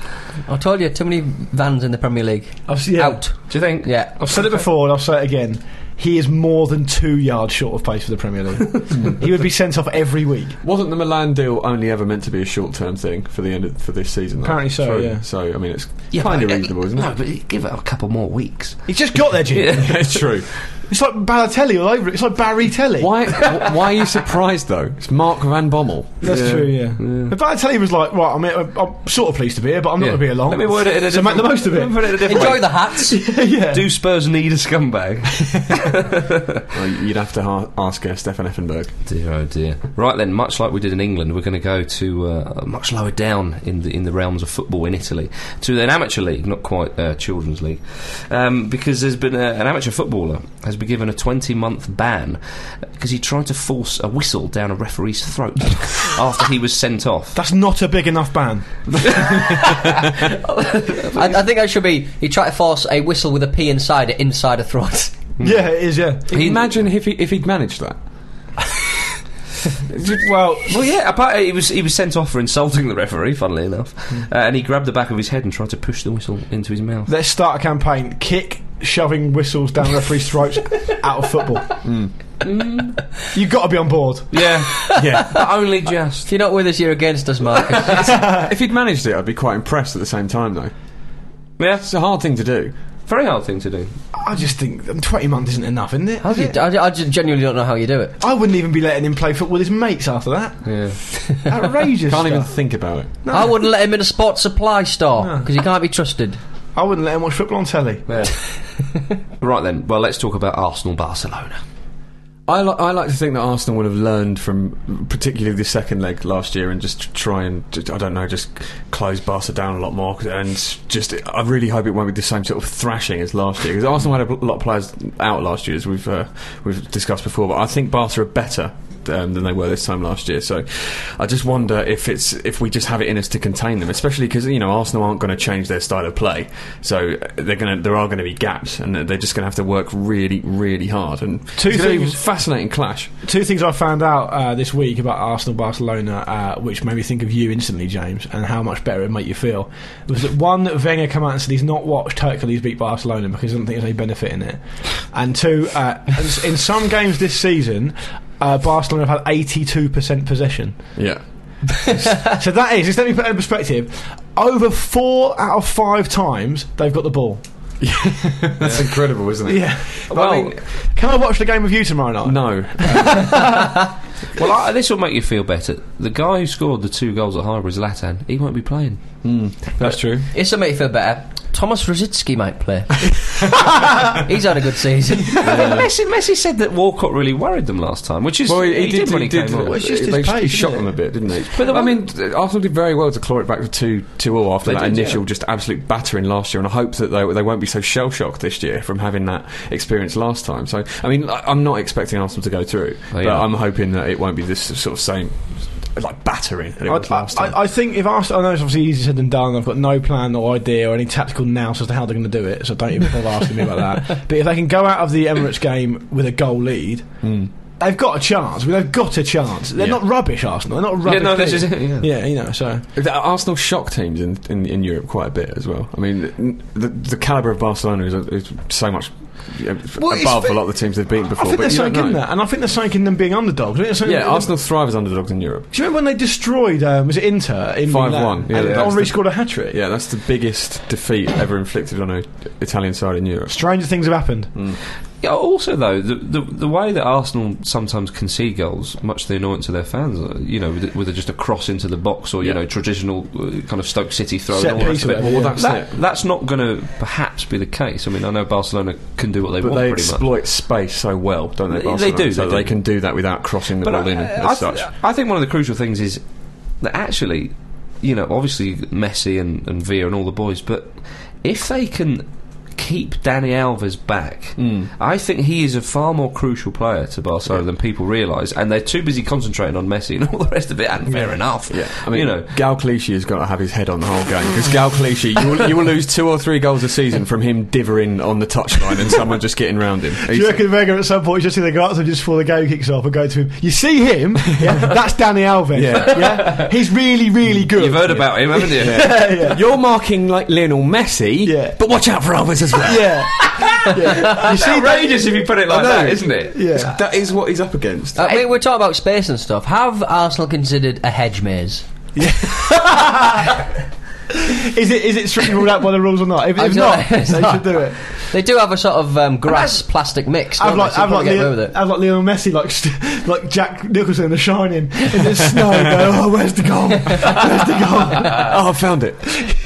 I told you, too many vans in the Premier League.
I've, yeah,
Out.
Do you think?
Yeah.
I've said it before, and I'll say it again. He is more than two yards short of pace for the
(laughs)
Premier League. he would be sent off every week.
Wasn't the Milan deal only ever meant to be a short-term thing for the end of, for this season? though?
Apparently so,
Through-
yeah.
So I mean, it's kind of
but- uh,
reasonable, isn't
(laughs) no,
it?
but give it a couple more weeks.
He's just got there, Jim.
it's true.
It's like Balotelli all over it. It's like Barry Telly.
Why? wh- why are you surprised though? It's Mark Van Bommel.
That's true, yeah. But Balotelli was like, right, I mean, I'm, I'm sort of pleased to be here, but I'm not
Yeah.
going to be along.
Let me word it in a
So make the
different-
most of it.
Let me put it in a different
Enjoy
way.
the
(laughs)
hats.
(laughs)
yeah.
Do Spurs need a scumbag?
Well, you'd have to ha- ask uh, Stefan Effenberg.
dear, oh dear. Right then, much like we did in England, we're going to go to uh, much lower down in the in the realms of football in Italy to an amateur league, not quite uh, children's league, um, because there's been a, an amateur footballer has been given a 20 month ban because he tried to force a whistle down a referee's throat (laughs) after he was sent off.
That's not a big enough ban.
I, I think I should be. He tried to force a whistle with a P inside it inside a throat. (laughs)
Hmm.
Yeah, it is, yeah.
He-
Imagine if he if he'd managed that.
Well,
Well, yeah, apart, he was he was sent off for insulting the referee, funnily enough, uh, and he grabbed the back of his head and tried to push the whistle into his mouth.
let's start a campaign. Kick shoving whistles down referees' throats out of football. You've got to be on board.
(laughs) Yeah,
Yeah.
but only just.
If you're not with us, you're against us,
(laughs)
Marcus.
Uh.
if he'd managed it, I'd be quite impressed at the same time though.
Yeah,
It's a hard thing to do.
very hard thing to do.
I just think um, 20 months isn't enough, isn't it?
How do you, I, I just genuinely don't know how you do it.
I wouldn't even be letting him play football with his mates
(laughs)
after that.
Yeah.
Outrageous.
Can't even
stuff.
think about it.
I wouldn't let him in a sports supply store because he can't be trusted.
I wouldn't let him watch football on telly.
right then, well, let's talk about Arsenal Barcelona.
I, li- I like to think that Arsenal would have learned from particularly the second leg last year and just try and, just, I don't know, just close Barca down a lot more. 'cause- And just, I really hope it won't be the same sort of thrashing as last year. Because Arsenal had a lot of players out last year, as we've, uh, we've discussed before. But I think Barca are better. Um, than they were this time last year, so I just wonder if it's if we just have it in us to contain them, especially because you know Arsenal aren't going to change their style of play, so they're going to there are going to be gaps, and they're just going to have to work really, really hard. And
Two
it's gonna be
things-
a fascinating clash.
Two things I found out uh, this week about Arsenal Barcelona, uh, which made me think of you instantly, James, and how much better it made you feel, was that one, Wenger came out and said he's not watched Hercules beat Barcelona because he doesn't think there's any benefit in it. And two, uh, in- in some games this season, uh, Barcelona have had 82%
(laughs)
possession.
Yeah.
So that is, just let me put it in perspective, over four out of five times they've got the ball.
That's incredible, isn't it?
Yeah.
Well,
I mean-
Can I watch the game with you tomorrow
(laughs)
night?
No.
well, I, this will make you feel better. The guy who scored the two goals at Highbury, Zlatan, he won't be (laughs) playing.
That's true.
It's to make you feel better. Thomas Rositsky
(laughs)
might play. He's had a good
(laughs)
season.
Messi, Messi said that Walcott really worried them last time, which is
Well,
he, did, when he, came
Well,
on.
it's just his
they-
pace,
he
isn't
shot
it?
them a bit, didn't he? But I mean, th- Arsenal did very well to claw it back to two, two all after
They
that
did,
initial
yeah.
just absolute battering last year, and I hope that they, they won't be so shell shocked this year from having that experience last time. So I mean, I, I'm not expecting Arsenal to go through, but
yeah.
I'm hoping that it won't be this sort of same like battering that it was
I,
last time.
I, I think if Arsenal, I know it's obviously easier said than done. I've got no plan or idea or any tactical nous as to how they're going to do it, so don't even bother asking me
(laughs)
about that. But if they can go out of the Emirates game with a goal lead, they've got a chance. I mean, they've got a chance. They're
Hmm. Yeah.
not rubbish, Arsenal. They're not a
(laughs) Yeah,
rubbish.
no, this is
team.
it, yeah.
(laughs) yeah, you know. So
The Arsenal shock teams in, in, in Europe quite a bit as well. I mean, the, the calibre of Barcelona is, is so much yeah, f-
Well, it's
above a
fa-
lot of the teams they've beaten
I
before.
think
but
there's
you don't
something in
know.
that, and I think there's something in them being underdogs. I think there's something in
Yeah,
them-
Arsenal thrive as underdogs in Europe.
Do you remember when they destroyed? Um, was it Inter? in
5-1,
Milan?
yeah,
and
yeah.
Henry scored a hat trick.
Yeah, that's the biggest defeat ever inflicted on an Italian side in Europe.
Stranger things have happened.
Yeah, also though the, the the way that Arsenal sometimes concede goals, much to the annoyance of their fans, uh, you know, with, with just a cross into the box or you
Yeah.
know traditional uh, kind of Stoke City throw.
Set
and all the
piece
rest of
or
it.
Well,
whatever, yeah.
that's
That,
it.
that's not going to perhaps be the case. I mean, I know Barcelona can do what they
But
want
they
pretty much.
exploit space so well, don't they?
They- they
Barcelona?
do,
So
they do.
they can do that without crossing the ball in as
I,
such.
I think one of the crucial things is that actually, you know, obviously Messi and, and Villa and all the boys, but if they can keep Danny Alves back,
Hmm.
I think he is a far more crucial player to Barcelona than people realise, and they're too busy concentrating on Messi (laughs) and all the rest of it. And fair enough,
Yeah, I mean,
you know.
Gal Clichy has got to have his head on the whole game because Gal Clichy, you will, you will lose two or three goals a season from him divering on the touchline and someone just getting round him.
Do
He's-
you reckon Vega at some point just see the glass and just before the game kicks off and go to him? You see
(laughs)
him? Yeah, that's Danny Alves.
Yeah.
Yeah? he's really, really good.
You've heard about him, haven't you?
yeah, yeah.
You're marking like Lionel Messi,
Yeah.
but watch out for others as well.
yeah. yeah.
(laughs)
(laughs)
You
It's
see that?
outrageous if you put it like
I know.
that, isn't it?
(laughs)
Yeah.
That is what he's up against.
I mean, we're talking about space and stuff. Have Arsenal considered a hedge maze?
Is it is it strictly ruled out by the rules or not? If,
I
if
don't-
not, they
it's not.
should do it.
They do have a sort of um, grass plastic mix.
I've
Don't
like
they? So
I've
you
like,
probably get away
Leo,
with it.
I've like Lionel Messi like st- like Jack Nicholson in The Shining in the snow. Go, (laughs) oh, where's the goal? Where's the goal?
oh, I found it.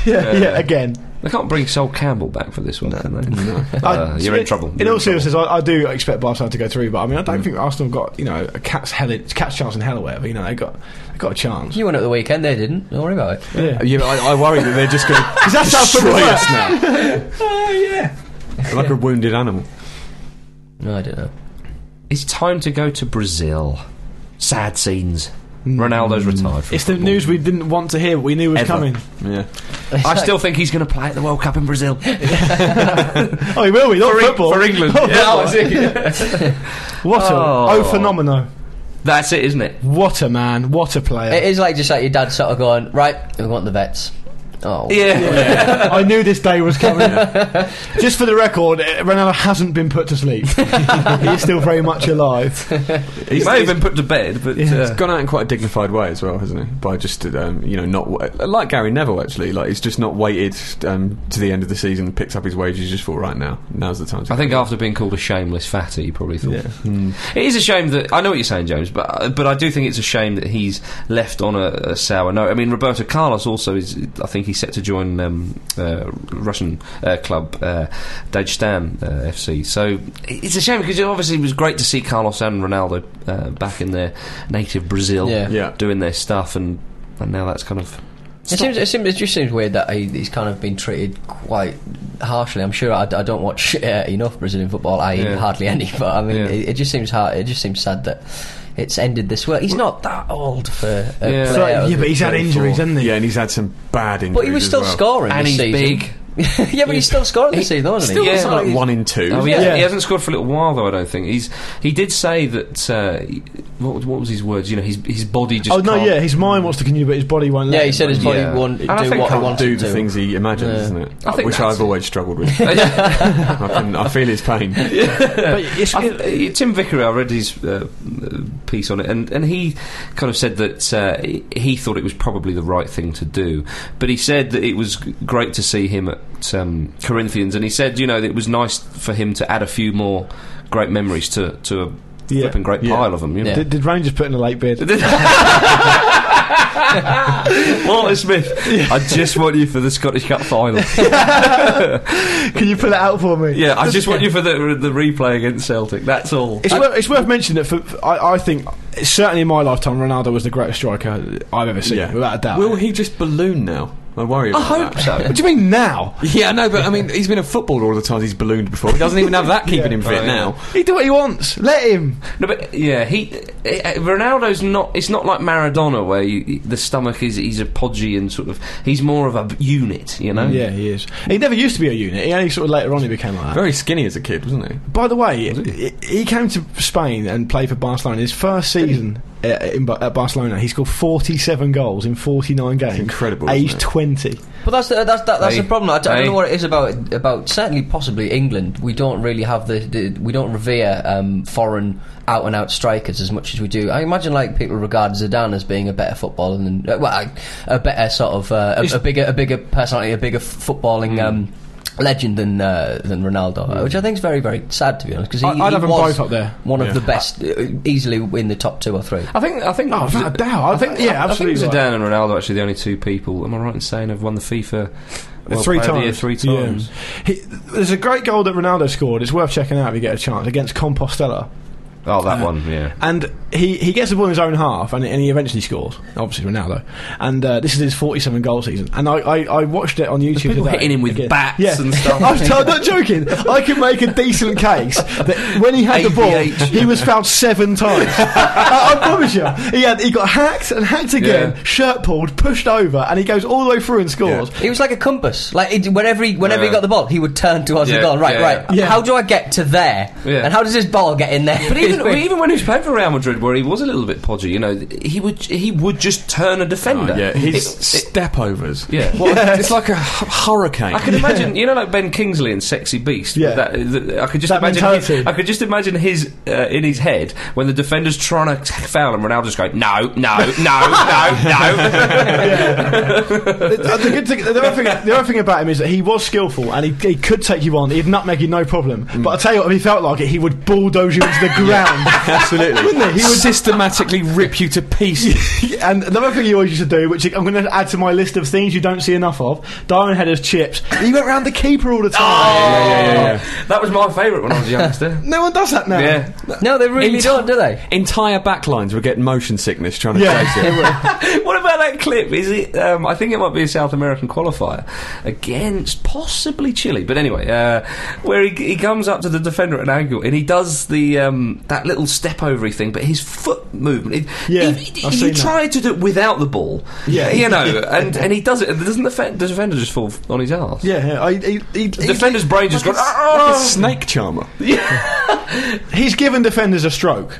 Yeah, yeah. Again,
They can't bring Sol Campbell back for this one, can they? Uh,
I-
you're in trouble.
In
You're
all
in trouble.
seriousness, I, I do expect Barcelona to go through, but I mean, I don't think Arsenal have got you know a cat's hell, cat's chance in hell or whatever. You know, they got they got a chance.
You went at the weekend, they didn't. Don't worry about it.
Yeah.
Yeah, but I, I worry that they're just going to
Because that's how football
destroy us
works.
now. Like a wounded animal.
No, I don't know.
It's time to go to Brazil. Sad scenes.
Hmm.
Ronaldo's retired. From
It's the
football.
news we didn't want to hear, but we knew was
Ever.
coming.
Yeah.
I still think he's going to play at the World Cup in Brazil
Oh, he will be, not
for, Eng-
(laughs) football.
for England.
Oh,
Yeah, that was it.
What a
Oh.
oh phenomenon!
That's it, isn't it?
What a man! What a
It
player!
is like just like your dad sort of going, right, we want the vets. Oh.
Yeah.
I knew this day was coming. Just for the record, eh, Ronaldo hasn't been put to sleep. He's still very much alive.
He may have been put to bed, but
Yeah.
uh,
He's gone out in quite a dignified way as well, hasn't he? By just um, you know not wa- like Gary Neville actually, like he's just not waited um, to the end of the season, picks up his wages, just thought right now, now's the time. To
I think
go. Hmm.
after being called a shameless fatty, he probably thought. It is a shame that I know what you're saying, James, but but I do think it's a shame that he's left on a, a sour note. I mean, Roberto Carlos also is. I think he's set to join um, uh, Russian uh, club uh, Dagestan uh, FC. So it's a shame because it obviously was great to see Carlos and Ronaldo uh, back in their native Brazil,
Yeah.
yeah,
doing their stuff, and and now that's kind of.
It, seems, it, seems, it just seems weird that he, he's kind of been treated quite harshly. I'm sure I, I don't watch (laughs) uh, enough Brazilian football. I
Yeah.
hardly any, but I mean,
Yeah.
it, it just seems hard. It just seems sad that it's ended this way. He's not that old for a
Yeah.
player.
So,
yeah, but he's had injuries, hasn't he?
yeah, and he's had some bad injuries.
But he was
as
still
well.
scoring.
And
this
he's
season.
big.
(laughs) yeah, but he's still scoring this season, wasn't
still
he?
Yeah.
It's like one in two.
Oh, he, hasn't,
Yeah.
he hasn't scored for a little while though. I don't think he's. He did say that. Uh, what, what was his words? You know, his his body just.
Oh no,
can't-
yeah, his mind wants to continue, but his body won't.
Yeah,
let
he
him.
said his body
Yeah.
won't do
And I think
what he
can't
wanted
do
to
the
(laughs)
things he imagines, isn't it?
I think
Which
that's
I've always struggled with.
(laughs)
I, can, I feel his pain.
But it's,
I, th- uh, Tim Vickery, I read his uh, piece on it, and, and he kind of said that uh, he- he thought it was probably the right thing to do. But he said that it was g- great to see him at um, Corinthians, and he said, you know, that it was nice for him to add a few more great memories to, to a
Yeah.
flipping great
Yeah.
pile of them. You know?
did, did Rangers put in a late bid?
(laughs) Walter Smith, I just want you for the Scottish Cup final.
Can you pull it out for me?
yeah, I just want you for the, the replay against Celtic. That's all.
It's, worth, it's worth mentioning that for, for- I, I think certainly in my lifetime Ronaldo was the greatest striker I've ever seen,
Yeah.
without a doubt. (laughs)
Will he just balloon now? I worry. About that.
what do you mean now?
Yeah, I know, but I mean, he's been a footballer all the time. He's ballooned before. He doesn't even have that keeping him fit
Oh,
Right.
now.
He do what he wants. Let him.
No, but yeah, he uh, uh, Ronaldo's not. It's not like Maradona, where you, the stomach is he's a podgy and sort of. He's more of a unit, you know.
Yeah, he is. He never used to be a unit. He only sort of later on he became like that.
Very skinny as a kid, wasn't he?
By the way, he he came to Spain and played for Barcelona. His first season, uh, in, Ba- at Barcelona. He scored 47 goals in 49 games.
incredible,
Age
isn't it?
20.
But that's the, that's that, that's
Hey.
the problem. I, d- I don't
Hey.
know what it is about about certainly possibly England. We don't really have the, the we don't revere um, foreign out and out strikers as much as we do. I imagine like people regard Zidane as being a better footballer than uh, well I- a better sort of uh, a, a bigger a bigger personality, a bigger f-
Hmm.
footballing. Um, Legend than uh, than Ronaldo, which I think is very very sad to be honest. Because he,
I- I'd
he
have them
was
both up there.
One of
Yeah.
the best, uh, easily in the top two or three.
I think I think
Oh,
Z-
without a doubt. I think- yeah, absolutely
I think
right.
Zidane and Ronaldo are actually the only two people. Am I right in saying have won the FIFA World
three
Player of the Year
times.
three
Yeah.
times?
He, there's a great goal that Ronaldo scored. It's worth checking out if you get a chance against Compostela.
Oh, that one, yeah.
And he, he gets the ball in his own half and, and he eventually scores. Obviously, Ronaldo. And uh, this is his 47 goal season. And I, I, I watched it on YouTube.
people
today.
hitting him with
Again.
bats
Yeah.
and stuff.
I was, (laughs) I'm not joking. I can make a decent case that when he had the ball,
AVH.
he was fouled
(laughs)
seven times. I, I promise you. He, had, he got hacked and hacked again,
Yeah.
shirt pulled, pushed over, and he goes all the way through and scores.
He was like a compass. Like it, whenever he whenever he
Yeah.
got the ball, he would turn towards
Yeah,
the goal. Right,
yeah,
right.
yeah.
How do I get to there?
Yeah.
And how does this ball get in there?
But even,
(laughs)
but even when he was playing for Real Madrid, where he was a little bit podgy, you know, he would he would just turn a defender.
Oh, yeah, his
It- it-
step overs.
Yeah.
What a- it's like a hu- hurricane.
I can imagine, you know, like Ben Kingsley in Sexy Beast.
Yeah.
Yeah. That, uh, th- I could just
That
imagine.
mentality.
His, I could just imagine his uh, in his head when the defender's trying to foul him, Ronaldo's going, no, no, no, no, no.
Uh, the, the good thing, the, other thing, the other thing about him is that he was skillful and he, he could take you on. He'd nutmeg you no problem.
Mm.
But I tell you what, if he felt like it, he would bulldoze you
(laughs)
into the ground.
Absolutely.
Wouldn't he? He would-
systematically rip you to pieces.
and another thing he always used to do, which I'm going to add to my list of things you don't see enough of, diamond headers, chips. He went round the keeper all the time.
Oh! (laughs) That was my favourite when I was a youngster.
No one does that now.
yeah.
no, they really
Enti-
don't, do they?
Entire backlines were getting motion sickness trying to
Yeah.
chase
(laughs)
it.
what about that clip? Is it? Um, I think it might be a South American qualifier against possibly Chile. But anyway, uh, where he, he comes up to the defender at an angle and he does the um, that little step over thing, but his foot movement. It,
Yeah,
if, if
I've
you
seen that.
try to do it without the ball,
Yeah.
you know, and, and he does it. and Doesn't the, fe- the defender just fall on his arse?
Yeah, yeah. I, he, he,
The defender's brain just goes.
Like a
"Ah!"
snake charmer.
he's given defenders
(laughs)
a stroke.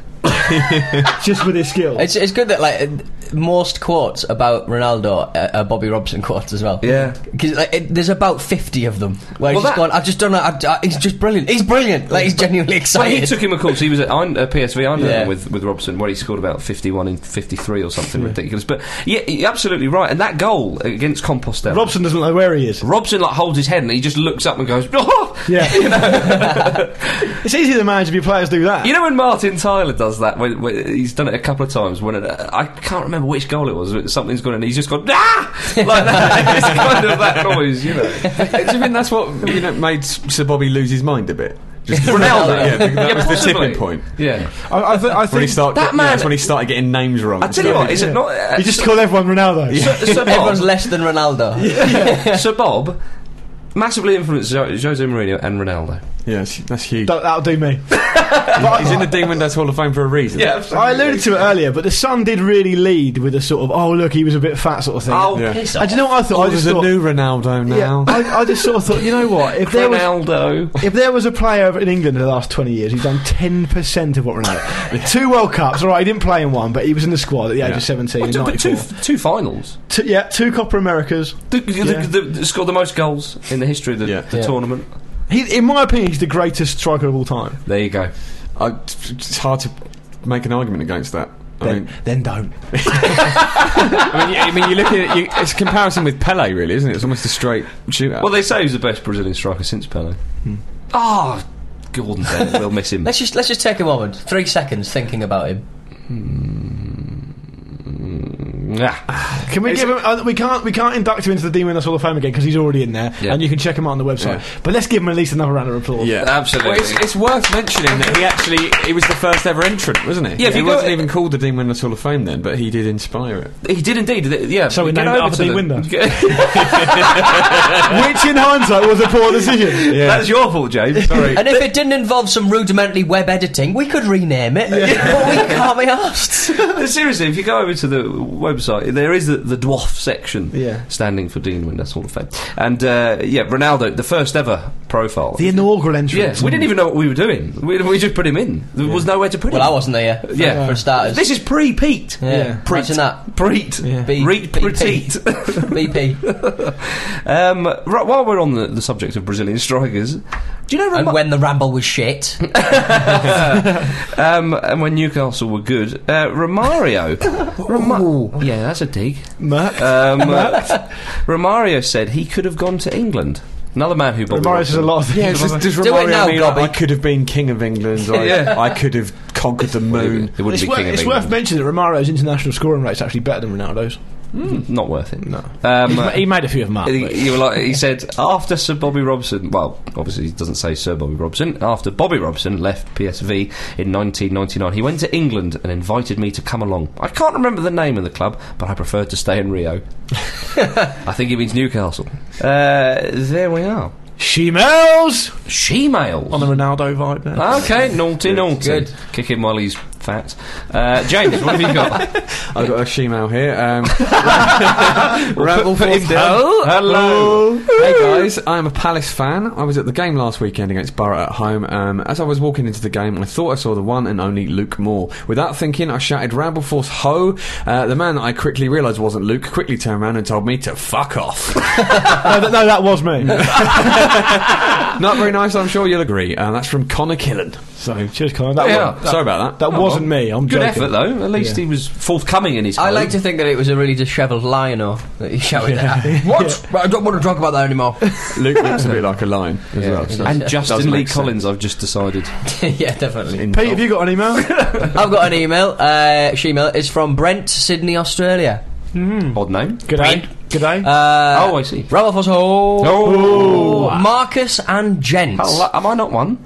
just with his skill.
It's, it's good that like uh, most quotes about Ronaldo uh, are Bobby Robson quotes as well.
Yeah.
because like, it- there's about fifty of them where
Well,
he's just
that-
gone. I've just done. that, I've, I, he's just brilliant. He's brilliant. Like
(laughs)
he's genuinely
Well, he
excited.
took him a course. He was at Ein- uh, PSV Eindhoven
Yeah.
with, with Robson, where he scored about 51 in 53 or something ridiculous. But yeah, you're absolutely right. And that goal against Compostela.
Robson doesn't know where
(laughs)
he is.
Robson like holds his head and he just looks up and goes, (laughs) "Oh!"
Yeah. (laughs) it's easy to manage if your players do that.
You know when Martin Tyler does that? When, when he's done it a couple of times. When it, I can't remember which goal it was. But something's gone and he's just gone
(laughs)
ah like that. it's kind of that noise, you know.
Do you think that's what you know, made Sir Bobby lose his mind a bit?
(laughs)
Just
Ronaldo.
Yeah, that
Yeah,
was the
possibly.
tipping point.
Yeah,
I, I, th- I
When he
think
started,
That
yeah,
man-
that's when he started getting names wrong.
I tell you what, is it not? Uh,
you just call everyone
(laughs)
Ronaldo.
Sir, Sir Bob,
Everyone's less than Ronaldo.
(laughs) Sir Bob massively influenced Jo- Jose Mourinho and Ronaldo.
Yes, that's huge.
That, that'll do (laughs) me.
He's in the Dean Windows Hall of Fame for a reason.
(laughs) I alluded to it earlier, but the Sun did really lead with a sort of, oh, look, he was a bit fat sort of thing.
Oh,
Yeah.
piss
and
off.
do you know what I
Oh,
thought? I
there's
just
a
thought,
new Ronaldo now.
yeah, I, I just sort of thought, you know what? If (laughs) there was
Ronaldo.
if there was a player in England in the last 20 years who'd done 10% of what
(laughs)
Ronaldo... two World Cups, all right, he didn't play in one, but he was in the squad at the age
Yeah.
of 17 in
Two, but
94.
two, two finals.
Two- yeah, two Copper Americas.
The, the,
Yeah.
the, the- scored the most goals in the history of the,
Yeah.
the
Yeah.
tournament.
He, in my opinion, he's the greatest striker of all time.
There you go.
I, it's hard to make an argument against that. I
Then,
mean,
then don't.
I mean, you, I mean, you look at it, you, it's a comparison with Pele, really, isn't it? It's almost a straight shootout.
Well, they say he's the best Brazilian striker since Pele.
Hmm.
Ah, Gordon Bennett, we'll miss (laughs) him.
Let's just let's just take a moment, three seconds, thinking about him.
Ah.
Can we give him? Uh, we can't. We can't induct him into the Demon Hall of Fame again because he's already in there,
Yeah.
and you can check him out on the website.
Yeah.
But let's give him at least another round of applause.
yeah,
Absolutely.
Well, it's, it's worth mentioning that he actually he was the first ever entrant, wasn't he?
Yeah, if
he
you go-
wasn't even called the Dean Windows Hall of Fame then, but he did inspire (laughs) it.
He did indeed. th- Yeah.
So we
get
named
over
after
to
the
them.
window.
(laughs)
Which, in hindsight, was a poor decision.
That's your fault,
(laughs)
James. Sorry.
And if it didn't involve some rudimentary web editing, we could (laughs) rename it. But we can't be asked.
Seriously, if you go over to the website, there is the, the dwarf section,
Yeah.
standing for Dean Windass Hall of Fame. And uh, yeah, Ronaldo, the first ever profile.
The inaugural
yeah,
entrance.
we didn't even know what we were doing. We, we just put him in. There was nowhere to put
Well,
him.
I wasn't there. For,
Yeah.
for starters.
This is pre-Pete.
yeah.
Yeah.
Imagine that.
Preet.
Yeah.
B-
Reet
BP. (laughs)
Preet.
BP.
(laughs) Um, right, while we're on the, the subject of Brazilian strikers, do you know
and
Romo-
when the ramble was shit.
um, and when Newcastle were good, uh,
(laughs)
Romario. Roma- yeah, that's a dig.
Merc.
Um,
(laughs)
uh, (laughs) Romario said he could have gone to England. Another man who Bobby
Romario says a
Robson-
lot of things.
Yeah, does, does
Do it
Romario
now,
mean like,
Robbie.
I could have been king of England.
(laughs)
I,
Yeah.
I could have conquered the moon.
It wouldn't
it's
be
wor-
king of
it's
England.
worth mentioning that Romario's international scoring rate's actually better than Ronaldo's.
Not worth it.
No.
Um, uh,
(laughs) he made a few of them up.
he,
but-
he were like, he said after Sir Bobby Robson, well, obviously he doesn't say Sir Bobby Robson. After Bobby Robson left PSV in 1999, he went to England and invited me to come along. I can't remember the name of the club, but I preferred to stay in Rio.
(laughs)
I think he means Newcastle. Uh, there we are.
She mells
She
on
mails.
the Ronaldo vibe there.
Okay, naughty, naughty.
Good.
Kick him while he's fat. Uh, James, what have you
(laughs)
got?
I've got a shemale here. Um, (laughs)
Ramble
put him
forth
down.
down. Hello.
hey guys, I'm a Palace fan. I was at the game last weekend against Borough at home. Um, as I was walking into the game, I thought I saw the one and only Luke Moore. Without thinking, I shouted Ramble Force Ho. Uh, the man that I quickly realised wasn't Luke quickly turned around and told me to fuck off.
no, th- no, that
(laughs)
was me.
Not very nice, I'm sure you'll agree. Uh, that's from Connor Killen.
so, cheers, Connor. That,
Yeah.
wa- that,
Sorry about that.
Oh,
Oh,
that wasn't me. I'm
Good
joking.
effort, though. At least he was forthcoming in his.
I
code.
like
(laughs)
to think that it was a really dishevelled Lionel that he shouted (laughs) at. What? I don't want to talk about that anymore.
Luke looks a bit like a lion as well. so-
And
Does
Justin Lee
make sense.
Collins, I've just decided.
(laughs) yeah, definitely.
Pete, have you got an
(laughs)
email?
I've got an email. Uh, she email is from Brent, Sydney, Australia.
Odd name.
Good day. Good day.
Hmm. Uh,
oh, I see.
Ramble Force Ho.
Oh.
Marcus and Gent.
Oh, am I not one?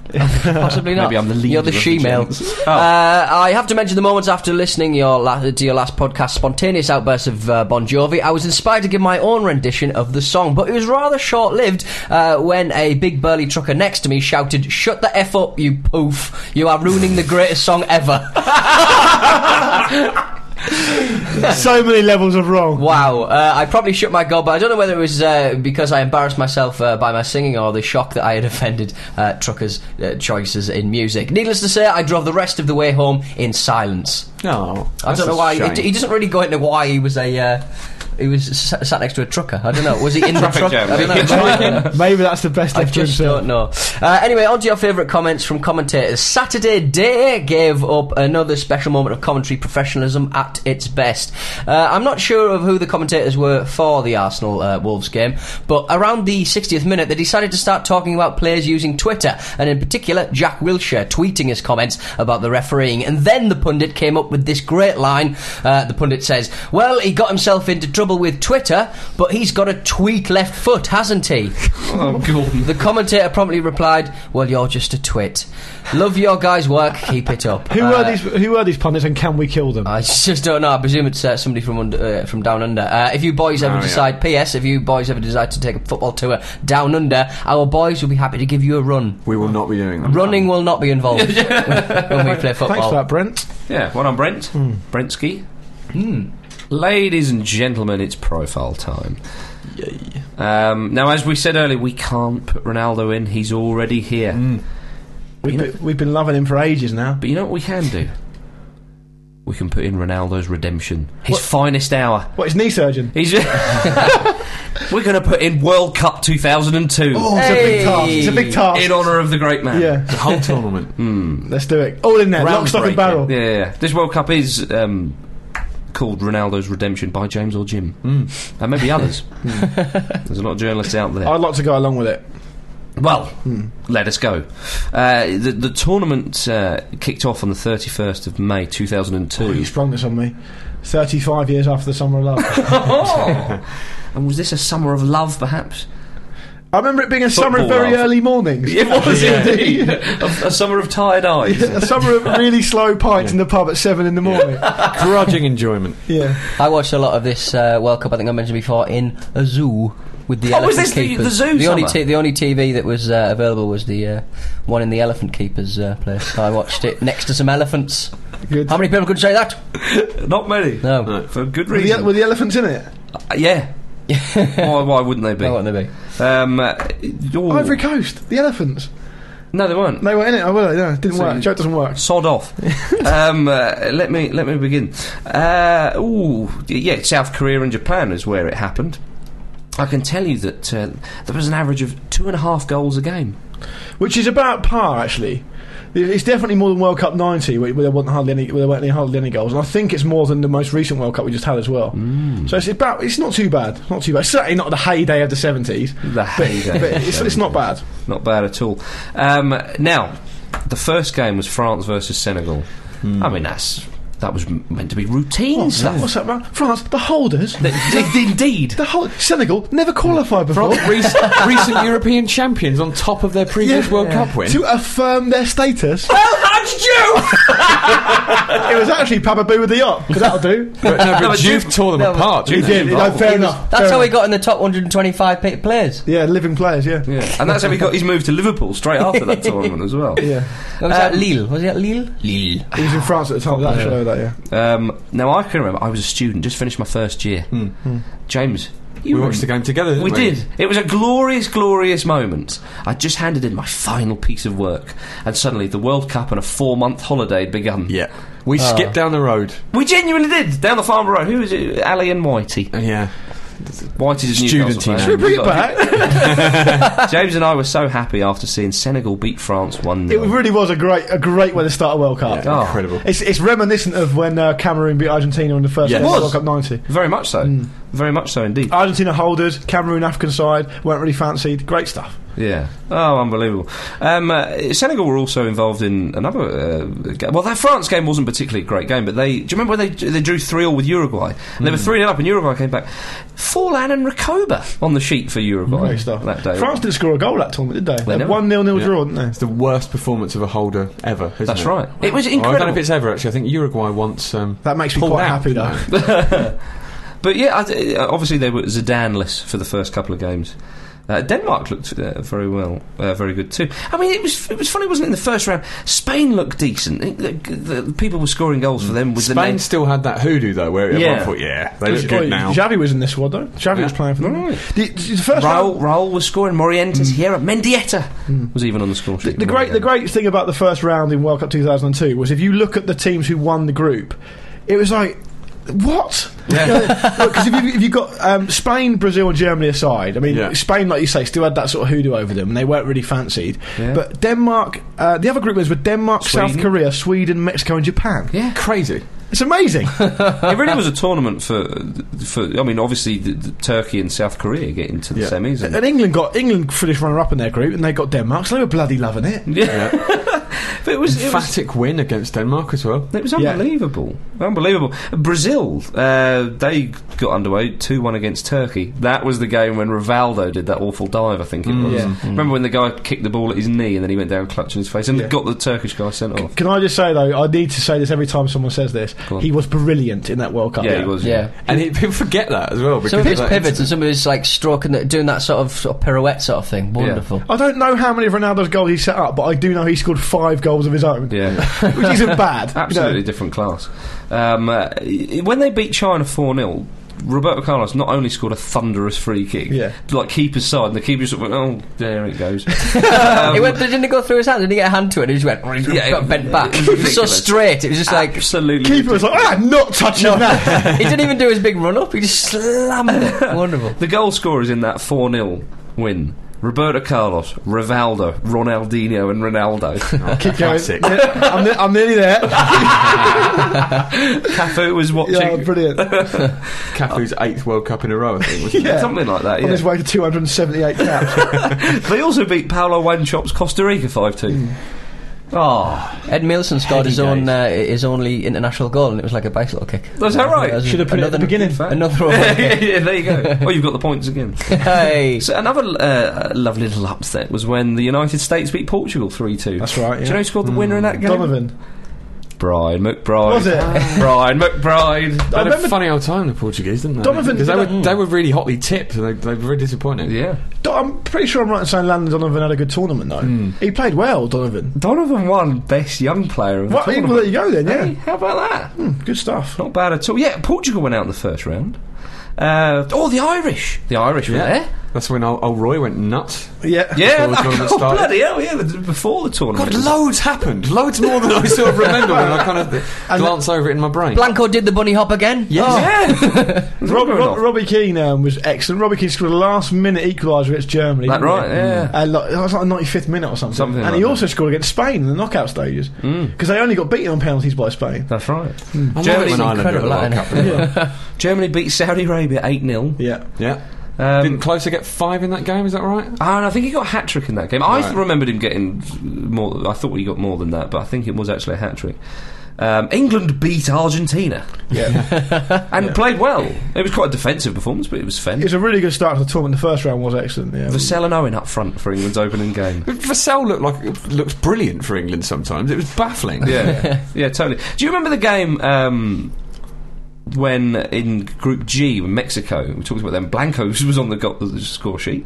(laughs)
Possibly not.
Maybe I'm the leader
You're the
of the Oh.
she-male.
gents.
Uh, I have to mention the moments after listening your la- to your last podcast, spontaneous outburst of uh, Bon Jovi. I was inspired to give my own rendition of the song, but it was rather short-lived uh, when a big burly trucker next to me shouted, "Shut the f up, you poof! You are ruining the greatest song ever." (laughs)
Uh,
so many levels of wrong.
Wow, uh, I probably shut my gob, but I don't know whether it was uh, because I embarrassed myself uh, by my singing or the shock that I had offended uh, truckers' uh, choices in music. Needless to say, I drove the rest of the way home in silence.
No,
I don't know why. It, he doesn't really go into why he was a. Uh, he was sa- sat next to a trucker. I don't know. Was he in the
Traffic
truck?
jam.
I don't (laughs) know.
Maybe that's the best
I
effort
just
himself.
don't know. Uh, anyway, on to your favourite comments from commentators. Saturday Day gave up another special moment of commentary professionalism at its best. Uh, I'm not sure of who the commentators were for the Arsenal uh, Wolves game, but around the 60th minute, they decided to start talking about players using Twitter, and in particular, Jack Wilshere tweeting his comments about the refereeing. And then the pundit came up with this great line. Uh, the pundit says, Well, he got himself into trouble with Twitter, but he's got a tweet left foot, hasn't he?
Oh, Gordon.
The commentator promptly replied, "Well, you're just a twit. Love your guys' work. Keep it up."
Who
Uh,
were these? Who are these pundits, and can we kill them?
I just don't know. I presume it's uh, somebody from under, uh, from down under. Uh, if you boys ever
Oh, yeah.
decide, P.S. If you boys ever decide to take a football tour down under, our boys will be happy to give you a run.
We will not be doing that.
Running will not
(laughs)
be involved when we play football.
Thanks for that, Brent.
Yeah, one on Brent.
Hmm.
Brentski. Ladies and gentlemen, it's profile time. Um, now, as we said earlier, we can't put Ronaldo in. He's already here.
Hmm.
We've been, we've been loving him for ages now.
But you know what we can do? We can put in Ronaldo's redemption. His finest hour.
What? It's knee surgeon.
He's We're going to put in World Cup 2002
Oh, it's a big task. It's a big task.
in honour of the great man.
yeah,
The whole tournament.
let's do it. All in there, lock, stock, and
Groundbreaking.
barrel.
Yeah, yeah, yeah. This World Cup is um, called Ronaldo's Redemption by James or Jim. And maybe others. Hmm. There's a lot of journalists out there.
I'd like to go along with it.
Well, let us go. Uh, the, the tournament uh, kicked off on the 31st of May
(laughs) Oh, you
2002.
sprung this on me. Thirty-five years after the summer of love. (laughs)
and was this a summer of love, perhaps?
I remember it being a summer of
Football
very
love.
early mornings.
It was indeed. a, a summer of tired eyes.
(laughs) a summer of really slow pints in the pub at seven in the morning.
Grudging enjoyment.
Yeah.
I watched a lot of this uh, World Cup. I think I mentioned before in a zoo with the
Oh,
elephant
was this the-
keepers.
the zoo
only
summer?
t- the only TV that was uh, available was the uh, one in the elephant keepers uh, place. I watched it next to some elephants.
Good.
How many people could say that?
Not many.
No.
No.
For good
Were the,
reason.
were the elephants in it?
Uh, yeah. (laughs) why, why wouldn't they be?
Why wouldn't they be?
Um, uh, ooh.
Ivory Coast. The elephants.
no, they weren't.
They were in it. I will. No, it didn't
So
work.
you-
Joke doesn't work.
Sod
(laughs)
off. um, uh, let me let me begin. Uh, ooh, yeah, South Korea and Japan is where it happened. I can tell you that uh, there was an average of two and a half goals a game.
Which is about par, actually. It's definitely more than World Cup 90, where, where there weren't hardly any, where there weren't any- hardly any goals. And I think it's more than the most recent World Cup we just had as well. So it's about, it's not too bad. Not too bad. It's certainly not the heyday of the 70s.
The
But,
heyday. Um,
but it's, it's not bad.
Not bad at all. Um, now, the first game was France versus Senegal.
Hmm.
I mean, that's that was m- meant to be routine
What's that?
stuff.
What's that, man? France, the holders.
(laughs) Indeed.
The whole Senegal never qualified before.
recent, recent European champions on top of their previous
Yeah.
World Cup win.
to affirm their status.
Well, that's you!
it was actually Papa Boo with the yacht, 'cause that'll do.
But, no,
No,
but
but
you've
you-
tore them
no, but-
apart.
He
didn't
did.
you?
No, fair enough.
That's
fair
how he
enough.
got in the top 125 pa- players.
Yeah, living players, yeah.
Yeah, and that's how he got his move to Liverpool straight after that tournament as well.
Yeah.
What
Um,
was that Lille? Was he at Lille? Lille.
He was in France at the time, that should know that, yeah.
Um, now I can remember I was a student, just finished my first year. James, you
We watched the
remember-
game together. Didn't
We
we,
did. It was a glorious, glorious moment. I just handed in my final piece of work, and suddenly the World Cup and a four-month holiday had begun.
Yeah, we
Uh,
skipped down the road.
We genuinely did down the farm road. Who was it? Ali and Whitey.
Yeah,
Whitey's a
Student
Newcastle
team.
fan.
Should
Should we bring it (laughs) back?
James and I were so happy after seeing Senegal beat France one.
it really was a great, a great way to start a World Cup.
Yeah,
Oh.
incredible.
It's, it's reminiscent of when uh, Cameroon beat Argentina in the first
Yes.
game of
Was.
World Cup 90.
Very much so. Very much so indeed.
Argentina holders, Cameroon African side, weren't really fancied. Great stuff.
Yeah. Oh, unbelievable. Um, uh, Senegal were also involved in another. Uh, game. Well, that France game wasn't particularly a great game, but they. Do you remember when they they drew three all with Uruguay? And They
Hmm.
were three 0 up, and Uruguay came back. Forlan and Rakoba on the sheet for Uruguay
Great stuff.
that day.
France didn't score a goal that tournament, did
They
they?
never-
1 0 0
Yeah.
draw, didn't they?
It's the worst performance of a holder ever. Isn't
That's
it?
right. It was
Oh, I don't know if
incredible.
it's ever actually. I think Uruguay once. Um,
That makes me
Pulled
quite
out,
happy, though.
didn't
but yeah, I th- uh, obviously they were Zidaneless for the first couple of games. Uh, Denmark looked uh, very well, uh, very good too. I mean, it was it was funny, wasn't it? In the first round, Spain looked decent. It- the, the people were scoring goals for them with the
Spain
name
still had that hoodoo though, where everyone
Yeah.
thought, yeah, they look good now.
Xavi was in this squad, though. Xavi
Yeah.
was playing for them.
Right.
The, the first
Raul,
round-
Raul was scoring. Morientes here. Mendieta was even on the score
Mm. The,
sheet.
the great, the great thing about the first round in World Cup 2002 was if you look at the teams who won the group, it was like. What? Because if, you, if you've got um, Spain, Brazil, and Germany aside, I mean,
Yeah.
Spain, like you say, still had that sort of hoodoo over them, and they weren't really fancied.
Yeah.
But Denmark, uh, the other group winners were Denmark, South
Sweden.
Korea, Sweden, Mexico, and Japan.
Yeah.
Crazy.
It's amazing.
it really was a tournament for, for. I mean, obviously, the, the Turkey and South Korea get into the
Yeah.
semis. (laughs) And,
and England got England finished runner up in their group, and they got Denmark, so they were bloody loving it.
yeah, (laughs) but it was it was,
Emphatic win against Denmark as well.
it was
Yeah.
unbelievable, unbelievable. Brazil, uh, they got underway two one against Turkey. That was the game when Rivaldo did that awful dive. I think it was.
Mm. Yeah.
Remember when the guy kicked the ball at his knee and then he went down clutching his face and
Yeah.
got the Turkish guy sent off.
Can I just say though, I need to say this every time someone says this.
Go on.
He was brilliant in that World Cup.
Yeah, he was.
Yeah.
And it, people forget that as well. Because
Some of his
that-
pivots and some of his like stroking, that, doing that sort of, sort of pirouette sort of
(laughs)
thing. Wonderful.
I don't know how many of Ronaldo's goals he set up, but I do know he scored five goals of his own,
Yeah.
(laughs) which isn't bad. you know.
Absolutely different class. Um, uh, i- when they beat China 4 0, Roberto Carlos not only scored a thunderous free kick,
Yeah.
like keeper's side, and the keeper sort of went, oh, there it
(laughs)
goes.
He went, didn't it go through his hand? Didn't he get a hand to it? And he just went,
Um, Yeah,
got
it-
bent back.
it was
It was so
ridiculous.
straight. It was just like,
Absolutely.
Keeper was like, I'm not touching (laughs) that.
he didn't even do his big run up. He just slammed it. Wonderful.
The goal scorers in that 4 0 win. Roberto Carlos, Rivaldo, Ronaldinho, and
(laughs)
Ronaldo.
Keep going.
Classic.
Yeah, I'm, ne- I'm
(laughs)
nearly there.
Cafu was
yeah,
watching.
brilliant.
Cafu's eighth World Cup in a row, I think. Wasn't it?
Yeah.
Something like that,
On his
yeah.
way to
(laughs)
278 caps.
They also beat Paolo Wanchop's Costa Rica 5
Hmm.
2.
(laughs)
Oh,
Ed Milson scored his
Heady
own uh, his only international goal, and it was like a bicycle kick.
Was that right?
That was
Should have put it at the beginning. (laughs)
Another (laughs)
(laughs)
one.
yeah, there you go. Oh, you've got the points again.
hey.
So another uh, lovely little upset was when the United States beat Portugal three two.
That's right,
Do
yeah. Mm.
you know who scored the winner in that game?
Donovan.
Brian McBride.
Was it?
(laughs) Brian McBride.
They had
remember-
a funny old time, the Portuguese, didn't they?
Donovan-
'Cause they,
did
were, they were really hotly tipped and they, they were very disappointing.
Yeah.
Do- I'm pretty sure I'm right in saying Landon Donovan had a good tournament though.
Hmm.
He played well, Donovan.
Donovan won Best Young Player of the
Right, well,
tournament.
there you go then.
Hey,
Yeah,
how about that?
good stuff.
Not bad at all. Yeah, Portugal went out in the first round. Uh, oh, the Irish. The Irish were there.
That's when old, old Roy went nuts.
Yeah,
Yeah,
Before the
(laughs)
tournament
oh,
started.
bloody hell, yeah, the- before the tournament.
God, loads happened. Loads more (laughs) than I sort of remember when I kind of
And-
glance over it in my brain.
Blanco did the bunny hop again. Oh.
Yes. (laughs)
Yeah.
Rob,
Going
Rob,
off.
Robbie Keane um, was excellent. Robbie Keane scored a last minute equaliser against Germany.
That
didn't
right,
Mm.
he?
yeah.
And like, that was like the 95th minute or something.
Something
and
like
he
that. Mm.
also scored against Spain in the knockout stages because they only got beaten on penalties by Spain.
That's right.
I love
Germany
it when Ireland do
incredible,
a World
isn't
Cup, don't they?
Germany beat Saudi Arabia 8 0.
Yeah,
Yeah. Didn't
Um,
Closer get five in that game? Is that right?
Ah, and I think he got a hat trick in that game. I
Right.
remembered him getting more. I thought he got more than that, but I think it was actually a hat trick. Um, England beat Argentina
yeah.
(laughs) and played well. It was quite a defensive performance, but it was fair.
it was a really good start to the tournament. The first round was excellent. Yeah,
Vassell and Owen up front for England's opening
(laughs)
game.
Vassell looked like looks brilliant for England sometimes. It was baffling.
Yeah, yeah, totally. Do you remember the game um, when in Group G, when Mexico, we talked about them, Blanco (laughs) was on the, go- the score sheet,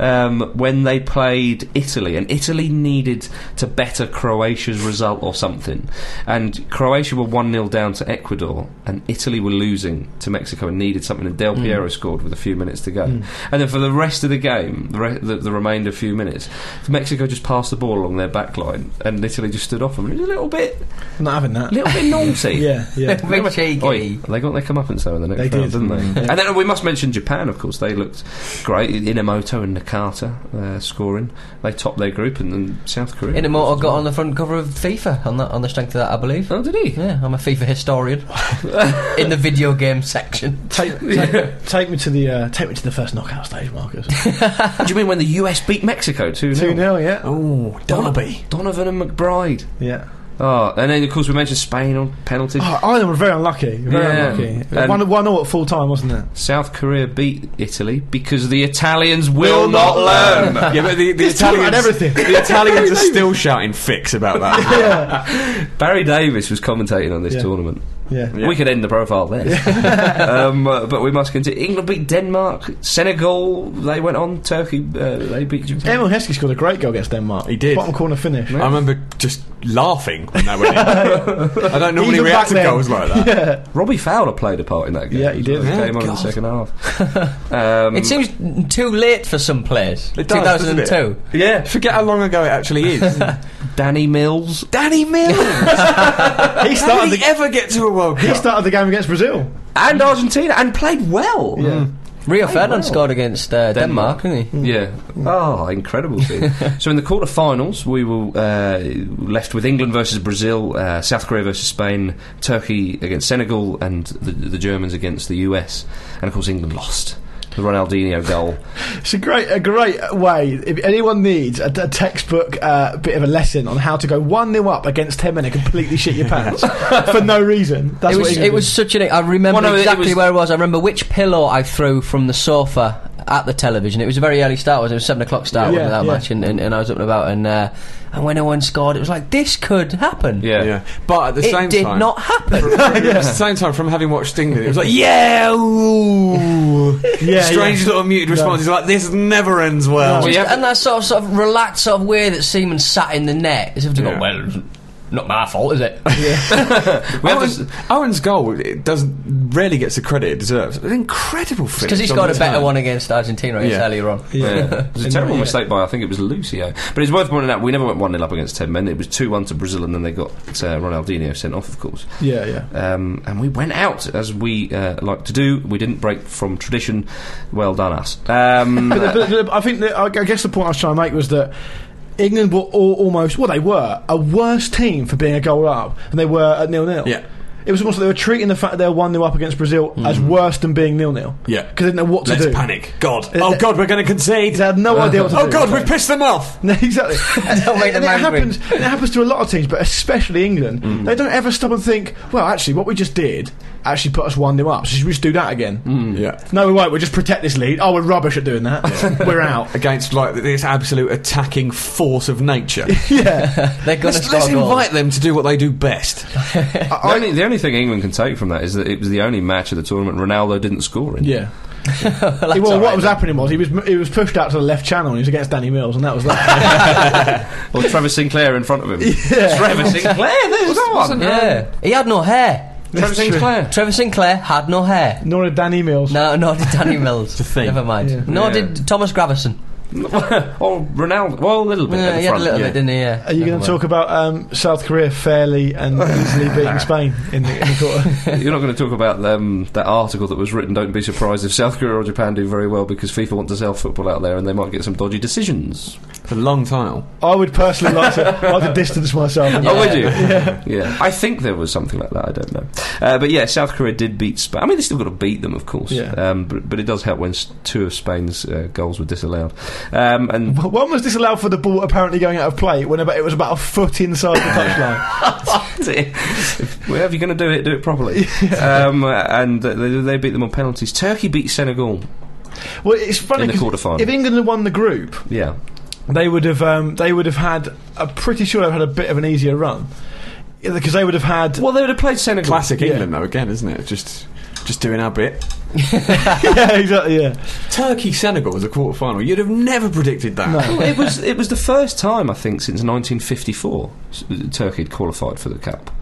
um, when they played Italy, and Italy needed to better Croatia's result or something. And Croatia were 1 0 down to Ecuador, and Italy were losing to Mexico and needed something, and Del Piero scored with a few minutes to go. And then for the rest of the game, the, re- the, the remainder few minutes, Mexico just passed the ball along their back line, and Italy just stood off them. It was a little bit
not having that.
little bit naughty.
(laughs) Yeah,
(laughs)
yeah.
Big cheeky.
Oi, they got their comeuppance though in the next
They
round,
did. Mm.
not they? And then we must mention Japan, of course. They looked great. Inamoto and Nakata uh, scoring. They topped their group, and then South Korea.
Inamoto got on the front cover of FIFA on that on the strength of that, I believe.
Oh, did
(laughs)
he? (laughs)
Yeah, I'm a FIFA historian in the video game section.
Take, take, take me to the uh, take me to the first knockout stage,
(laughs)
Marcus.
Do you mean when the US beat Mexico 2
Two
0?
0 yeah,
Oh, Derby.
Donovan and McBride.
yeah.
Oh, and then, of course, we mentioned Spain on penalties.
Oh, Ireland were very unlucky. Very
Yeah.
unlucky.
And-
one one all at full time, wasn't it?
South Korea beat Italy because the Italians will, not learn.
yeah, but the, the
He's talking
Italians.
about everything.
The (laughs) Italians are still shouting fix about (laughs) that.
yeah,
Barry Davis was commentating on this
Yeah.
tournament.
yeah.
Yeah.
We could end the profile there. (laughs) um, uh, but we must continue. England beat Denmark. Senegal, they went on. Turkey, uh, they beat Japan.
Emil Heskey scored a great goal against Denmark.
He did.
Bottom corner finish.
I remember just laughing when that went in. I don't normally
Even back
react to
then.
goals like that.
Robbie Fowler played a part in that game.
Yeah, he did.
He
Yeah,
came on in the
God.
second half. Um,
It seems n- too late for some players.
It does, doesn't it?
2002.
yeah,
Forget how long ago it actually is.
Danny Mills.
Danny Mills.
He
How
started
did he
the,
ever get to a World
he
Cup?
started the game against Brazil.
And Argentina, and played well.
Yeah.
Rio
wow.
Ferdinand scored against uh,
Denmark.
Denmark, didn't he?
Yeah. Oh, incredible team. so in the quarterfinals, we were uh, left with England versus Brazil, uh, South Korea versus Spain, Turkey against Senegal, and the, the Germans against the US. And of course, England lost. The Ronaldinho goal.
It's a great, a great way. If anyone needs a, a textbook uh, bit of a lesson on how to go one 0 up against ten men and completely shit your (laughs) pants for no reason, that's
it
what
was,
you're
it
gonna
was such an. I remember
Well, no, it
exactly
was-
where I was. I remember which pillow I threw from the sofa at the television. It was a very early start. wasn't It It was seven o'clock start
Yeah,
wasn't it, that
yeah.
match, and, and, and I was up and about. And uh, and when no one scored, it was like this could happen.
Yeah.
Yeah, but at the
it
same
did
time, (laughs)
not happen.
At the same time, from having watched England, it was like, yeah, ooh.
do. yeah,
strange little muted response. He's like, this never ends well.
No. Well,
Just-
you have
and that sort of, sort of relaxed sort of way that Seaman sat in the net as if to
Yeah.
go, well, it's not my fault, is it?
We
Oh,
have
Owen's,
this-
Owen's goal it doesn't rarely gets the credit it deserves. An incredible finish
Because he
on
scored a
the
better
turn.
one against Argentina against
Yeah.
earlier on.
Yeah.
Yeah. It was a terrible mistake by, I think it was Lucio. But it's worth pointing out, we never went 1 0 up against 10 men. It was 2 1 to Brazil, and then they got uh, Ronaldinho sent off, of course.
Yeah, yeah.
Um, and we went out, as we uh, like to do. We didn't break from tradition. Well done, us.
(laughs)
Um,
But, but, but I think that, I I guess the point I was trying to make was that England were all, almost well they were a worse team for being a goal up than they were at nil nil.
Yeah.
It it was almost like they were treating the fact that they were 1 0 up against Brazil as worse than being nil nil.
Yeah.
Because they didn't know what to
Let's
do.
panic. God.
Uh,
Oh
that-
God, we're going to concede.
They had no idea what to do.
Oh
(laughs)
God, we've pissed them off.
(laughs) No, exactly. and,
Don't make
and
the
it
man Mm.
happens. It happens to a lot of teams, but especially England. They don't ever stop and think. Well, actually, what we just did actually put us one 0 up. So should we just do that again?
Mm.
Yeah.
No, we won't. We'll just protect this lead. Oh, we're rubbish at doing that. (laughs) we're
(laughs)
out.
Against like this absolute attacking force of
(laughs)
nature.
Yeah.
They're going to
let's
score
let's
goals.
invite them to do what they do best.
The only, the only thing England can take from that is that it was the only match of the tournament Ronaldo didn't score in.
(laughs) yeah.
Well, that's
well,
all
what
right.
was happening was he was he was pushed out to the left channel and he was against Danny Mills, and that was
(laughs)
that.
Or Trevor Sinclair in front of him. Trevor Sinclair, there's no one.
Yeah, he had no hair.
Trevor
(laughs)
Sinclair.
Trevor Sinclair had no hair.
Nor did Danny Mills.
No, (laughs) nor did Danny Mills.
thing.
Never mind.
Yeah.
Nor
Yeah.
did Thomas Gravison.
or Ronaldo. Well, a little bit. at
Yeah,
the
he had a
front,
little
yeah.
bit, didn't he? Yeah.
Are you going to talk about um, South Korea fairly and easily
(laughs)
beating Spain in the, in the quarter?
You're not going to talk about um, that article that was written. Don't be surprised if South Korea or Japan do very well because FIFA want to sell football out there and they might get some dodgy decisions.
It's a long title.
I would personally like to, like to distance myself.
Yeah.
Oh, would you? Yeah. I think there was something like that. I don't know. Uh, but yeah, South Korea did beat Spain. I mean, they still got to beat them, of course.
Yeah.
Um, but, but it does help when s- two of Spain's uh, goals were disallowed. Um, and
One was disallowed for the ball apparently going out of play when about, it was about a foot inside the
(laughs)
touchline.
Whatever you're going to do it, do it properly. um, and they, they beat them on penalties. Turkey beat Senegal
Well, it's funny
in the
'cause
quarterfinal.
if England had won the group,
yeah.
they would have um, they would have had. I'm pretty sure they've had a bit of an easier run because they would have had.
Well, they would have played Senegal.
Classic
Yeah.
England, though. Again, isn't it? Just, just doing our bit.
(laughs) yeah, exactly. Yeah,
Turkey Senegal was a quarter final. You'd have never predicted that. (laughs)
No.
Well, it was it was the first time I think since 1954 s- Turkey had qualified for the cup.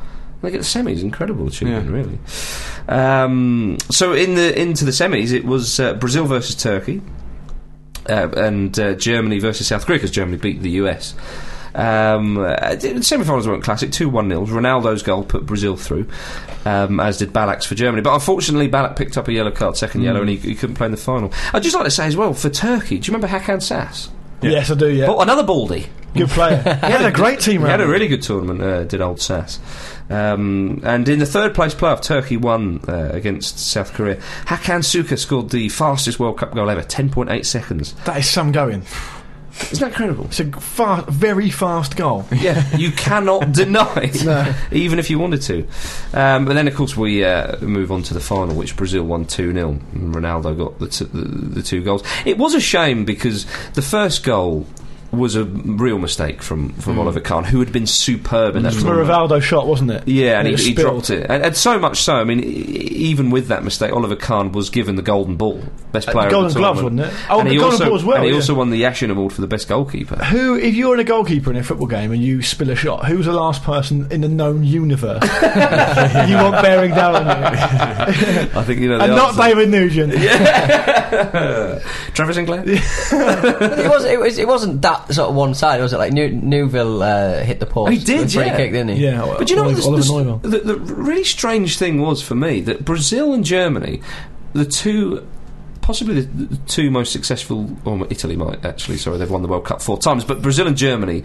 Like at the semis, incredible achievement,
Yeah.
really. Um, so in the into the semis, it was uh, Brazil versus Turkey, uh, and uh, Germany versus South Korea because Germany beat the US. Um, uh, the semi-finals weren't classic. Two one nils. Ronaldo's goal put Brazil through, um, as did Ballack's for Germany. But unfortunately, Ballack picked up a yellow card, second yellow, and he, he couldn't play in the final. I'd just like to say as well for Turkey. Do you remember Hakan Sass?
yes, I do. Yeah,
Oh, another Baldy.
good
(laughs)
player. he had a great team.
He had
around
a
him.
really good tournament, uh, did old Sass. Um, and in the third place playoff, Turkey won uh, against South Korea. Hakan Suka scored the fastest World Cup goal ever, 10.8 seconds.
That is some going.
Isn't that
(laughs)
incredible?
It's a fa very fast goal.
Yeah, you
(laughs)
cannot deny,
No.
even if you wanted to. Um, but then, of course, we uh, move on to the final, which Brazil won 2 0. Ronaldo got the, t- the, the two goals. It was a shame because the first goal. Was a real mistake from, from
Mm.
Oliver Kahn, who had been superb in that.
It was a
tournament.
Rivaldo shot, wasn't it?
Yeah, and he,
it
he
spilled.
dropped it, and, and so much so. I mean, e- even with that mistake, Oliver Kahn was given the Golden Ball, best
Uh,
player.
Golden
of the
Gloves,
tournament.
wasn't it? Oh,
and
the
he
Golden
also,
Ball as well,
And he
yeah.
also won the Ashen Award for the best goalkeeper.
Who, if you're in a goalkeeper in a football game and you spill a shot, who's the last person in the
(laughs)
known universe you want bearing down on you?
I think you know. The
And not
(laughs) answer.
David Nugent.
Trevor Sinclair.
But it was it was it wasn't that sort of one side, was it? Like New, Newville uh, hit the post.
He did,
with free
yeah.
kick, didn't he?
Yeah, well,
But you know
Oliver,
what?
Oliver
this-
Neumann.
this- the, the really strange thing was for me that Brazil and Germany, the two. Possibly the the two most successful, or Italy might actually. Sorry, they've won the World Cup four times, but Brazil and Germany,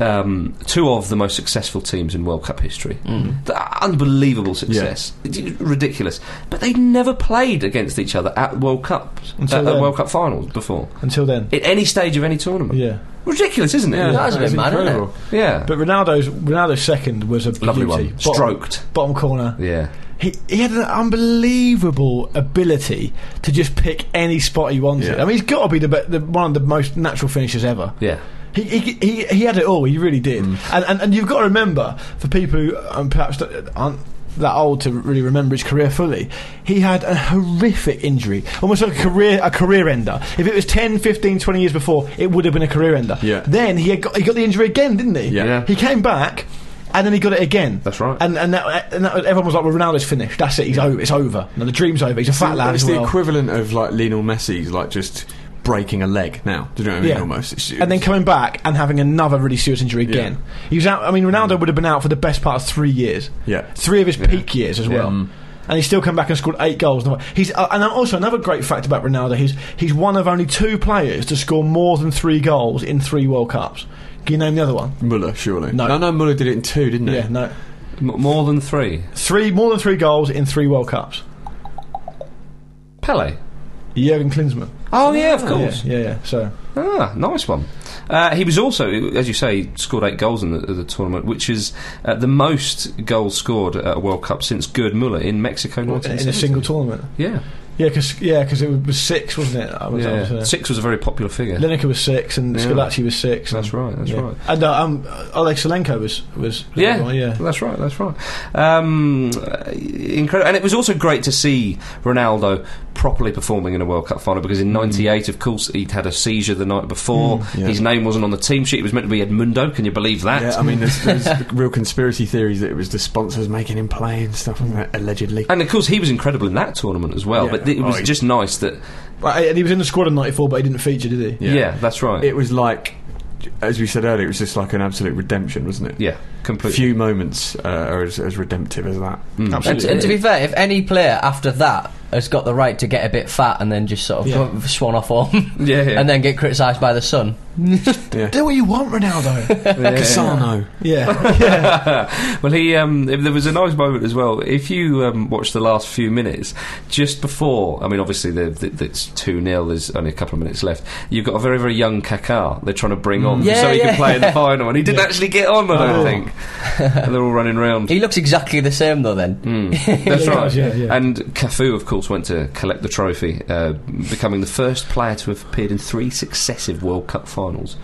um, two of the most successful teams in World Cup history.
Mm.
The- Unbelievable success, It's ridiculous. But they'd never played against each other at World Cups,
Until
at, at
then.
World Cup finals before,
Until then.
at any stage of any tournament.
Yeah.
Ridiculous, isn't it?
Yeah,
That was a bit
it's
mad, wasn't it?
incredible.
Yeah.
But Ronaldo's Ronaldo's second was a
lovely
beauty.
one,
Bottom-
stroked.
Bottom corner.
Yeah.
He, he had an unbelievable ability to just pick any spot he wanted.
Yeah.
I mean, he's got to be the, be- the one of the most natural finishers ever.
Yeah.
He, he, he, he had it all. He really did.
Mm.
And, and and you've got to remember for people who um, perhaps don't- aren't that old to really remember his career fully. He had a horrific injury, almost like a career a career ender. If it was 10, 15, 20 years before, it would have been a career ender.
Yeah.
Then he had got, he got the injury again, didn't he?
Yeah.
Yeah.
He came back. And then he got it again.
That's right.
And and, that, and that, everyone was like, "Well, Ronaldo's finished. That's it. He's over. It's over. No, the dream's over. He's a fat lad
It's
as
the
well."
equivalent of like Lionel Messi's like just breaking a leg now. Do you know what I mean?
Yeah.
Almost. It's-
and then coming back and having another really serious injury again. He was out. I mean, Ronaldo
Mm.
would have been out for the best part of three years.
Yeah.
three of his peak years as well.
Mm.
And he's still come back and scored eight goals. He's uh, and also another great fact about Ronaldo. He's he's one of only two players to score more than three goals in three World Cups. Can you name the other one?
Muller, surely.
No.
no, Muller did it in two, didn't he?
Yeah, no.
M- more than three.
Three more than three goals in three World Cups.
Pele.
Jurgen Klinsmann.
Oh yeah, of course.
Ah, Yeah, yeah. yeah. So
Ah, nice one. Uh, he was also, as you say, scored eight goals in the, the tournament, which is uh, the most goals scored at a World Cup since Gerd Muller in Mexico.
in a
1960.
single tournament.
Yeah,
Yeah, because yeah, 'cause it was six, wasn't it? I was, I
yeah.
was, uh,
Six was a very popular figure.
Lineker was six, and
Yeah.
Scalacci was six.
That's
and-
Mm.
right. That's
yeah.
right.
And uh, um, Oleg Solenko was was, was
Yeah.
the one, yeah.
That's right. That's right. Um, incredible, and it was also great to see Ronaldo properly performing in a World Cup final because in '98, of course, he'd had a seizure the night before.
Mm. yeah.
His name wasn't on the team sheet; it was meant to be Edmundo. Can you believe that?
Yeah, I mean, there's, there's
(laughs)
real conspiracy theories that it was the sponsors making him play and stuff, wasn't it? allegedly.
And of course, he was incredible in that tournament as well.
Yeah.
But it was
Oh, he-
just nice that.
Right, and he was in the squad in '94, but he didn't feature, did he?
Yeah, that's right.
It was like, as we said earlier, it was just like an absolute redemption, wasn't it?
yeah, completely.
Few moments uh, are as, as redemptive as that.
Mm.
And,
Absolutely.
and to be fair, if any player after that has got the right to get a bit fat and then just sort of
Yeah.
swan off home (laughs)
Yeah, yeah.
and then get criticised by the sun,
Do what you want, Ronaldo.
Yeah, yeah, yeah.
Casano.
(laughs)
(laughs)
yeah,
well, he um, if there was a nice moment as well. If you um, watch the last few minutes, just before, I mean, obviously the, the, it's two 0 There's only a couple of minutes left. You've got a very very young Kaká. They're trying to bring on
Yeah,
so he
Mm. yeah.
can play in the final, and he didn't actually get on. I don't
Oh.
think. and they're all running round.
he looks exactly the same though. Then
Mm, that's
(laughs) Yeah,
right.
yeah, yeah.
And Cafu, of course, went to collect the trophy, uh, becoming the first player to have appeared in three successive World Cup
(laughs)
finals.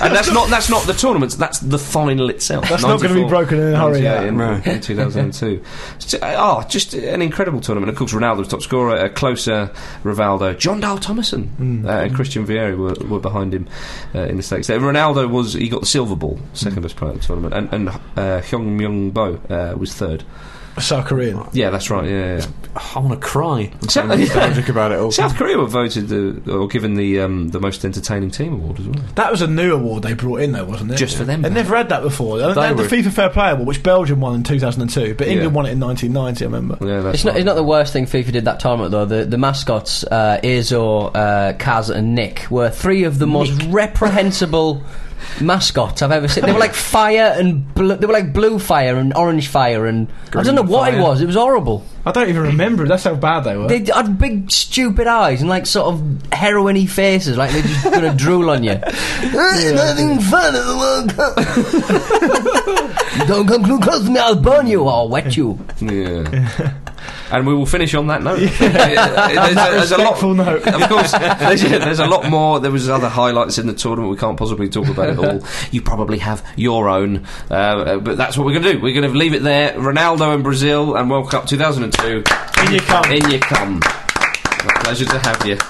And that's not that's not the tournaments. That's the final itself.
That's not going to be
94,
broken in a hurry.
98,
Yeah.
in,
No.
in 2002. So, uh, oh, just an incredible tournament. Of course, Ronaldo was top scorer, uh, closer Rivaldo, John Dale Thomason,
Mm.
uh, and Christian Vieri were, were behind him uh, in the stakes. There. Ronaldo was he got the silver ball,
Mm.
second best player at the tournament, and, and uh, Hyung Myung Bo uh, was third.
South Korean.
Yeah, that's right. Yeah, yeah.
I want to cry. I'm so
Yeah.
nostalgic about it all.
South Korea were voted the or given the um, the most entertaining team award as well.
That was a new award they brought in, though, wasn't it?
Just for them.
They never had that before. They,
They
had
were-
the FIFA Fair Play Award, which Belgium won in 2002, but England
Yeah.
won it in 1990. I remember.
Yeah, that's
it's not, it's not the worst thing FIFA did that tournament though. The the mascots uh, Azo, uh, Kaz, and Nick were three of the most reprehensible mascots I've ever seen. They were like fire and bl- they were like blue fire and orange fire and I don't know what it
fire.
was. It was horrible.
I don't even remember. That's how bad they were.
They d- had big stupid eyes and like sort of heroiny faces, like they're just gonna drool on (laughs) you. Nothing fun at the World (laughs) Cup. Don't come too close to me, I'll burn you or wet you.
Yeah. and we will finish on that note. there's,
that
there's a lot. (laughs)
respectful note.
Of course, there's, there's a lot more. There was other highlights in the tournament. We can't possibly talk about it all. You probably have your own, uh, uh, but that's what we're going to do. We're going to leave it there. Ronaldo and Brazil and World Cup 2002.
In you come.
In you come. A pleasure to have you. (laughs)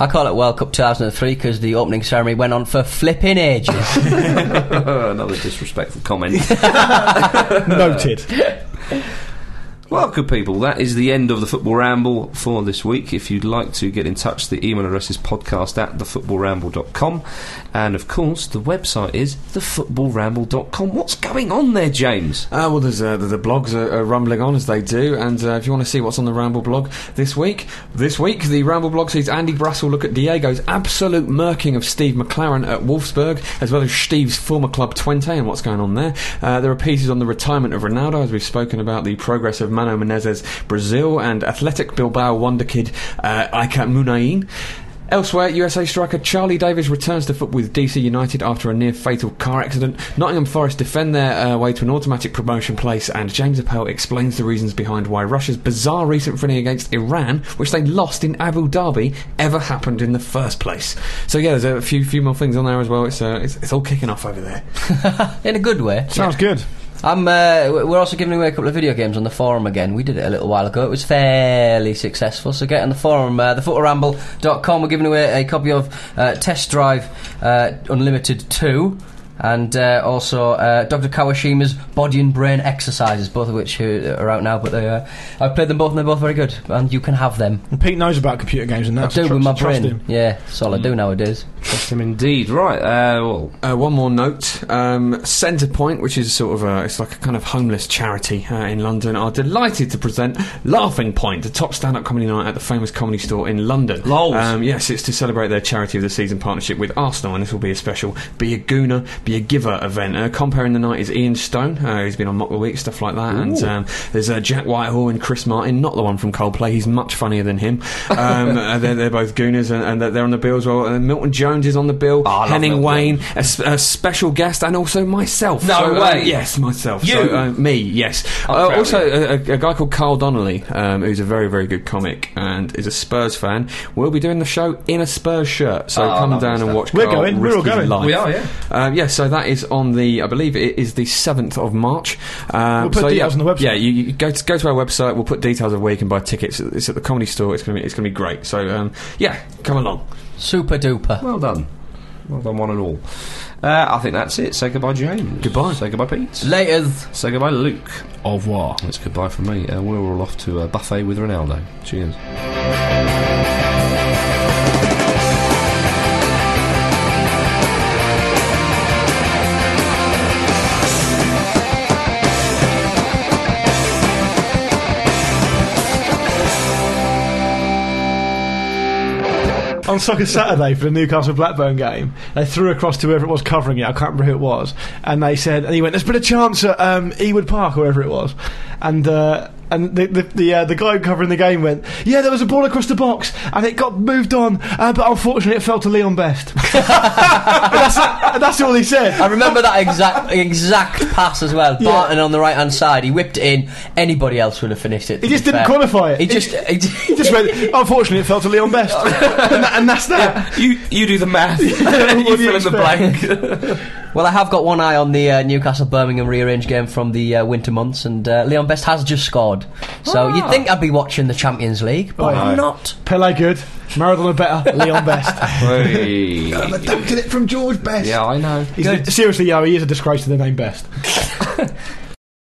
I call it World Cup 2003 because the opening ceremony went on for flipping (laughs) ages.
Another disrespectful comment.
Noted.
Well, good people, that is the end of the Football Ramble for this week. If you'd like to get in touch, the email address is podcast at thefootballramble.com. And of course, the website is thefootballramble.com. What's going on there, James?
Uh, well, there's, uh, the, the blogs are, are rumbling on as they do, and uh, if you want to see what's on the Ramble blog this week, this week the Ramble blog sees Andy Brassel look at Diego's absolute murking of Steve McLaren at Wolfsburg, as well as Steve's former club Twente and what's going on there. Uh, there are pieces on the retirement of Ronaldo, as we've spoken about the progress of Mano Menezes Brazil and Athletic Bilbao wonder kid uh, Iker Munain. Elsewhere, USA striker Charlie Davis returns to foot with DC United after a near fatal car accident. Nottingham Forest defend their uh, way to an automatic promotion place, and James Appel explains the reasons behind why Russia's bizarre recent friendly against Iran, which they lost in Abu Dhabi, ever happened in the first place. So yeah, there's a few few more things on there as well. It's uh, it's, it's all kicking off over there.
In a good way.
Sounds good.
I'm, uh, w- we're also giving away a couple of video games on the forum again. We did it a little while ago. It was fairly successful. So get on the forum, uh, thefooteramble.com. We're giving away a copy of uh, Test Drive uh, Unlimited 2. And uh, also uh, Dr. Kawashima's Body and Brain Exercises, both of which uh, are out now. But they, uh, I've played them both, and they're both very good. And you can have them.
And Pete knows about computer games and that.
I
so
do
tru-
with my
so trust
brain.
him.
Yeah, that's all I do nowadays.
Bless him indeed. Right, uh, well,
Uh, one more note. Um, Centre Point, which is sort of a, it's like a kind of homeless charity uh, in London, are delighted to present Laughing Point, the top stand-up comedy night at the famous comedy store in London.
Lols.
Um, yes, it's to celebrate their charity of the season partnership with Arsenal, and this will be a special "Be a Gooner, Be a Giver" event. Uh, comparing the night is Ian Stone, uh, who's been on Mock the Week, stuff like that, and um, there's uh, Jack Whitehall and Chris Martin, not the one from Coldplay. He's much funnier than
(laughs)
him. Um, uh, they're, they're both Gooners, and, and they're- they're on the bill as well. And Milton Jones is on the bill.
Ah, I love
Henning
Milton
Wayne, a, s- a special guest, and also myself.
No
So, uh,
way.
yes, myself.
You?
So, uh, me, yes.
I'm
Uh,
proud
also,
of
a, a- a guy called Carl Donnelly, um, who's a very, very good comic and is a Spurs fan, will be doing the show in a Spurs shirt. So
Oh, I
come
love
down
this
and
stuff.
watch.
We're
Carl
going, we're
risk
all
his
going.
life.
We are, yeah.
Um, yeah, so that is on the, I believe it is the 7th of March. Um,
We'll put
so,
details
yeah,
on the website.
Yeah, you, you go, to, go to our website, we'll put details of where you can buy tickets. It's at the comedy store, it's going to be, it's gonna be great. So, um, yeah, come along.
Super duper.
well done. Well done, one and all. Uh, I think that's it. Say goodbye, James.
Goodbye.
Say goodbye, Pete.
Laters.
Say goodbye, Luke.
Au revoir.
It's goodbye from me. Uh, we're all off to a buffet with Ronaldo. Cheers.
on Soccer Saturday for the Newcastle Blackburn game, they threw across to whoever it was covering it. I can't remember who it was, and they said, and he went, "There's been a chance at um, Ewood Park, or wherever it was," and. Uh, and the the the, uh, the guy covering the game went, yeah, there was a ball across the box, and it got moved on, uh, but unfortunately it fell to Leon Best. (laughs) And that's, and that's all he said.
I remember that exact exact pass as well.
Yeah.
Barton on the right hand side. He whipped it in. Anybody else would have finished it. to
He just
be
didn't
fair.
qualify it.
He just. He,
He just went, unfortunately it fell to
(laughs)
Leon Best, and, that, and that's that.
You (laughs) you do the
(laughs)
math.
what do you expect?
blank.
Well, I have got one eye on the uh, Newcastle Birmingham rearranged game from the uh, winter months, and uh, Leon Best has just scored. So you'd think I'd be watching the Champions League, but
Ah. Oh,
I'm
no.
not.
Pele good, Maradona better, Leon Best.
(laughs)
Hey.
dunked it from George Best.
yeah, I know.
He's seriously, yeah, he is a disgrace to the name Best.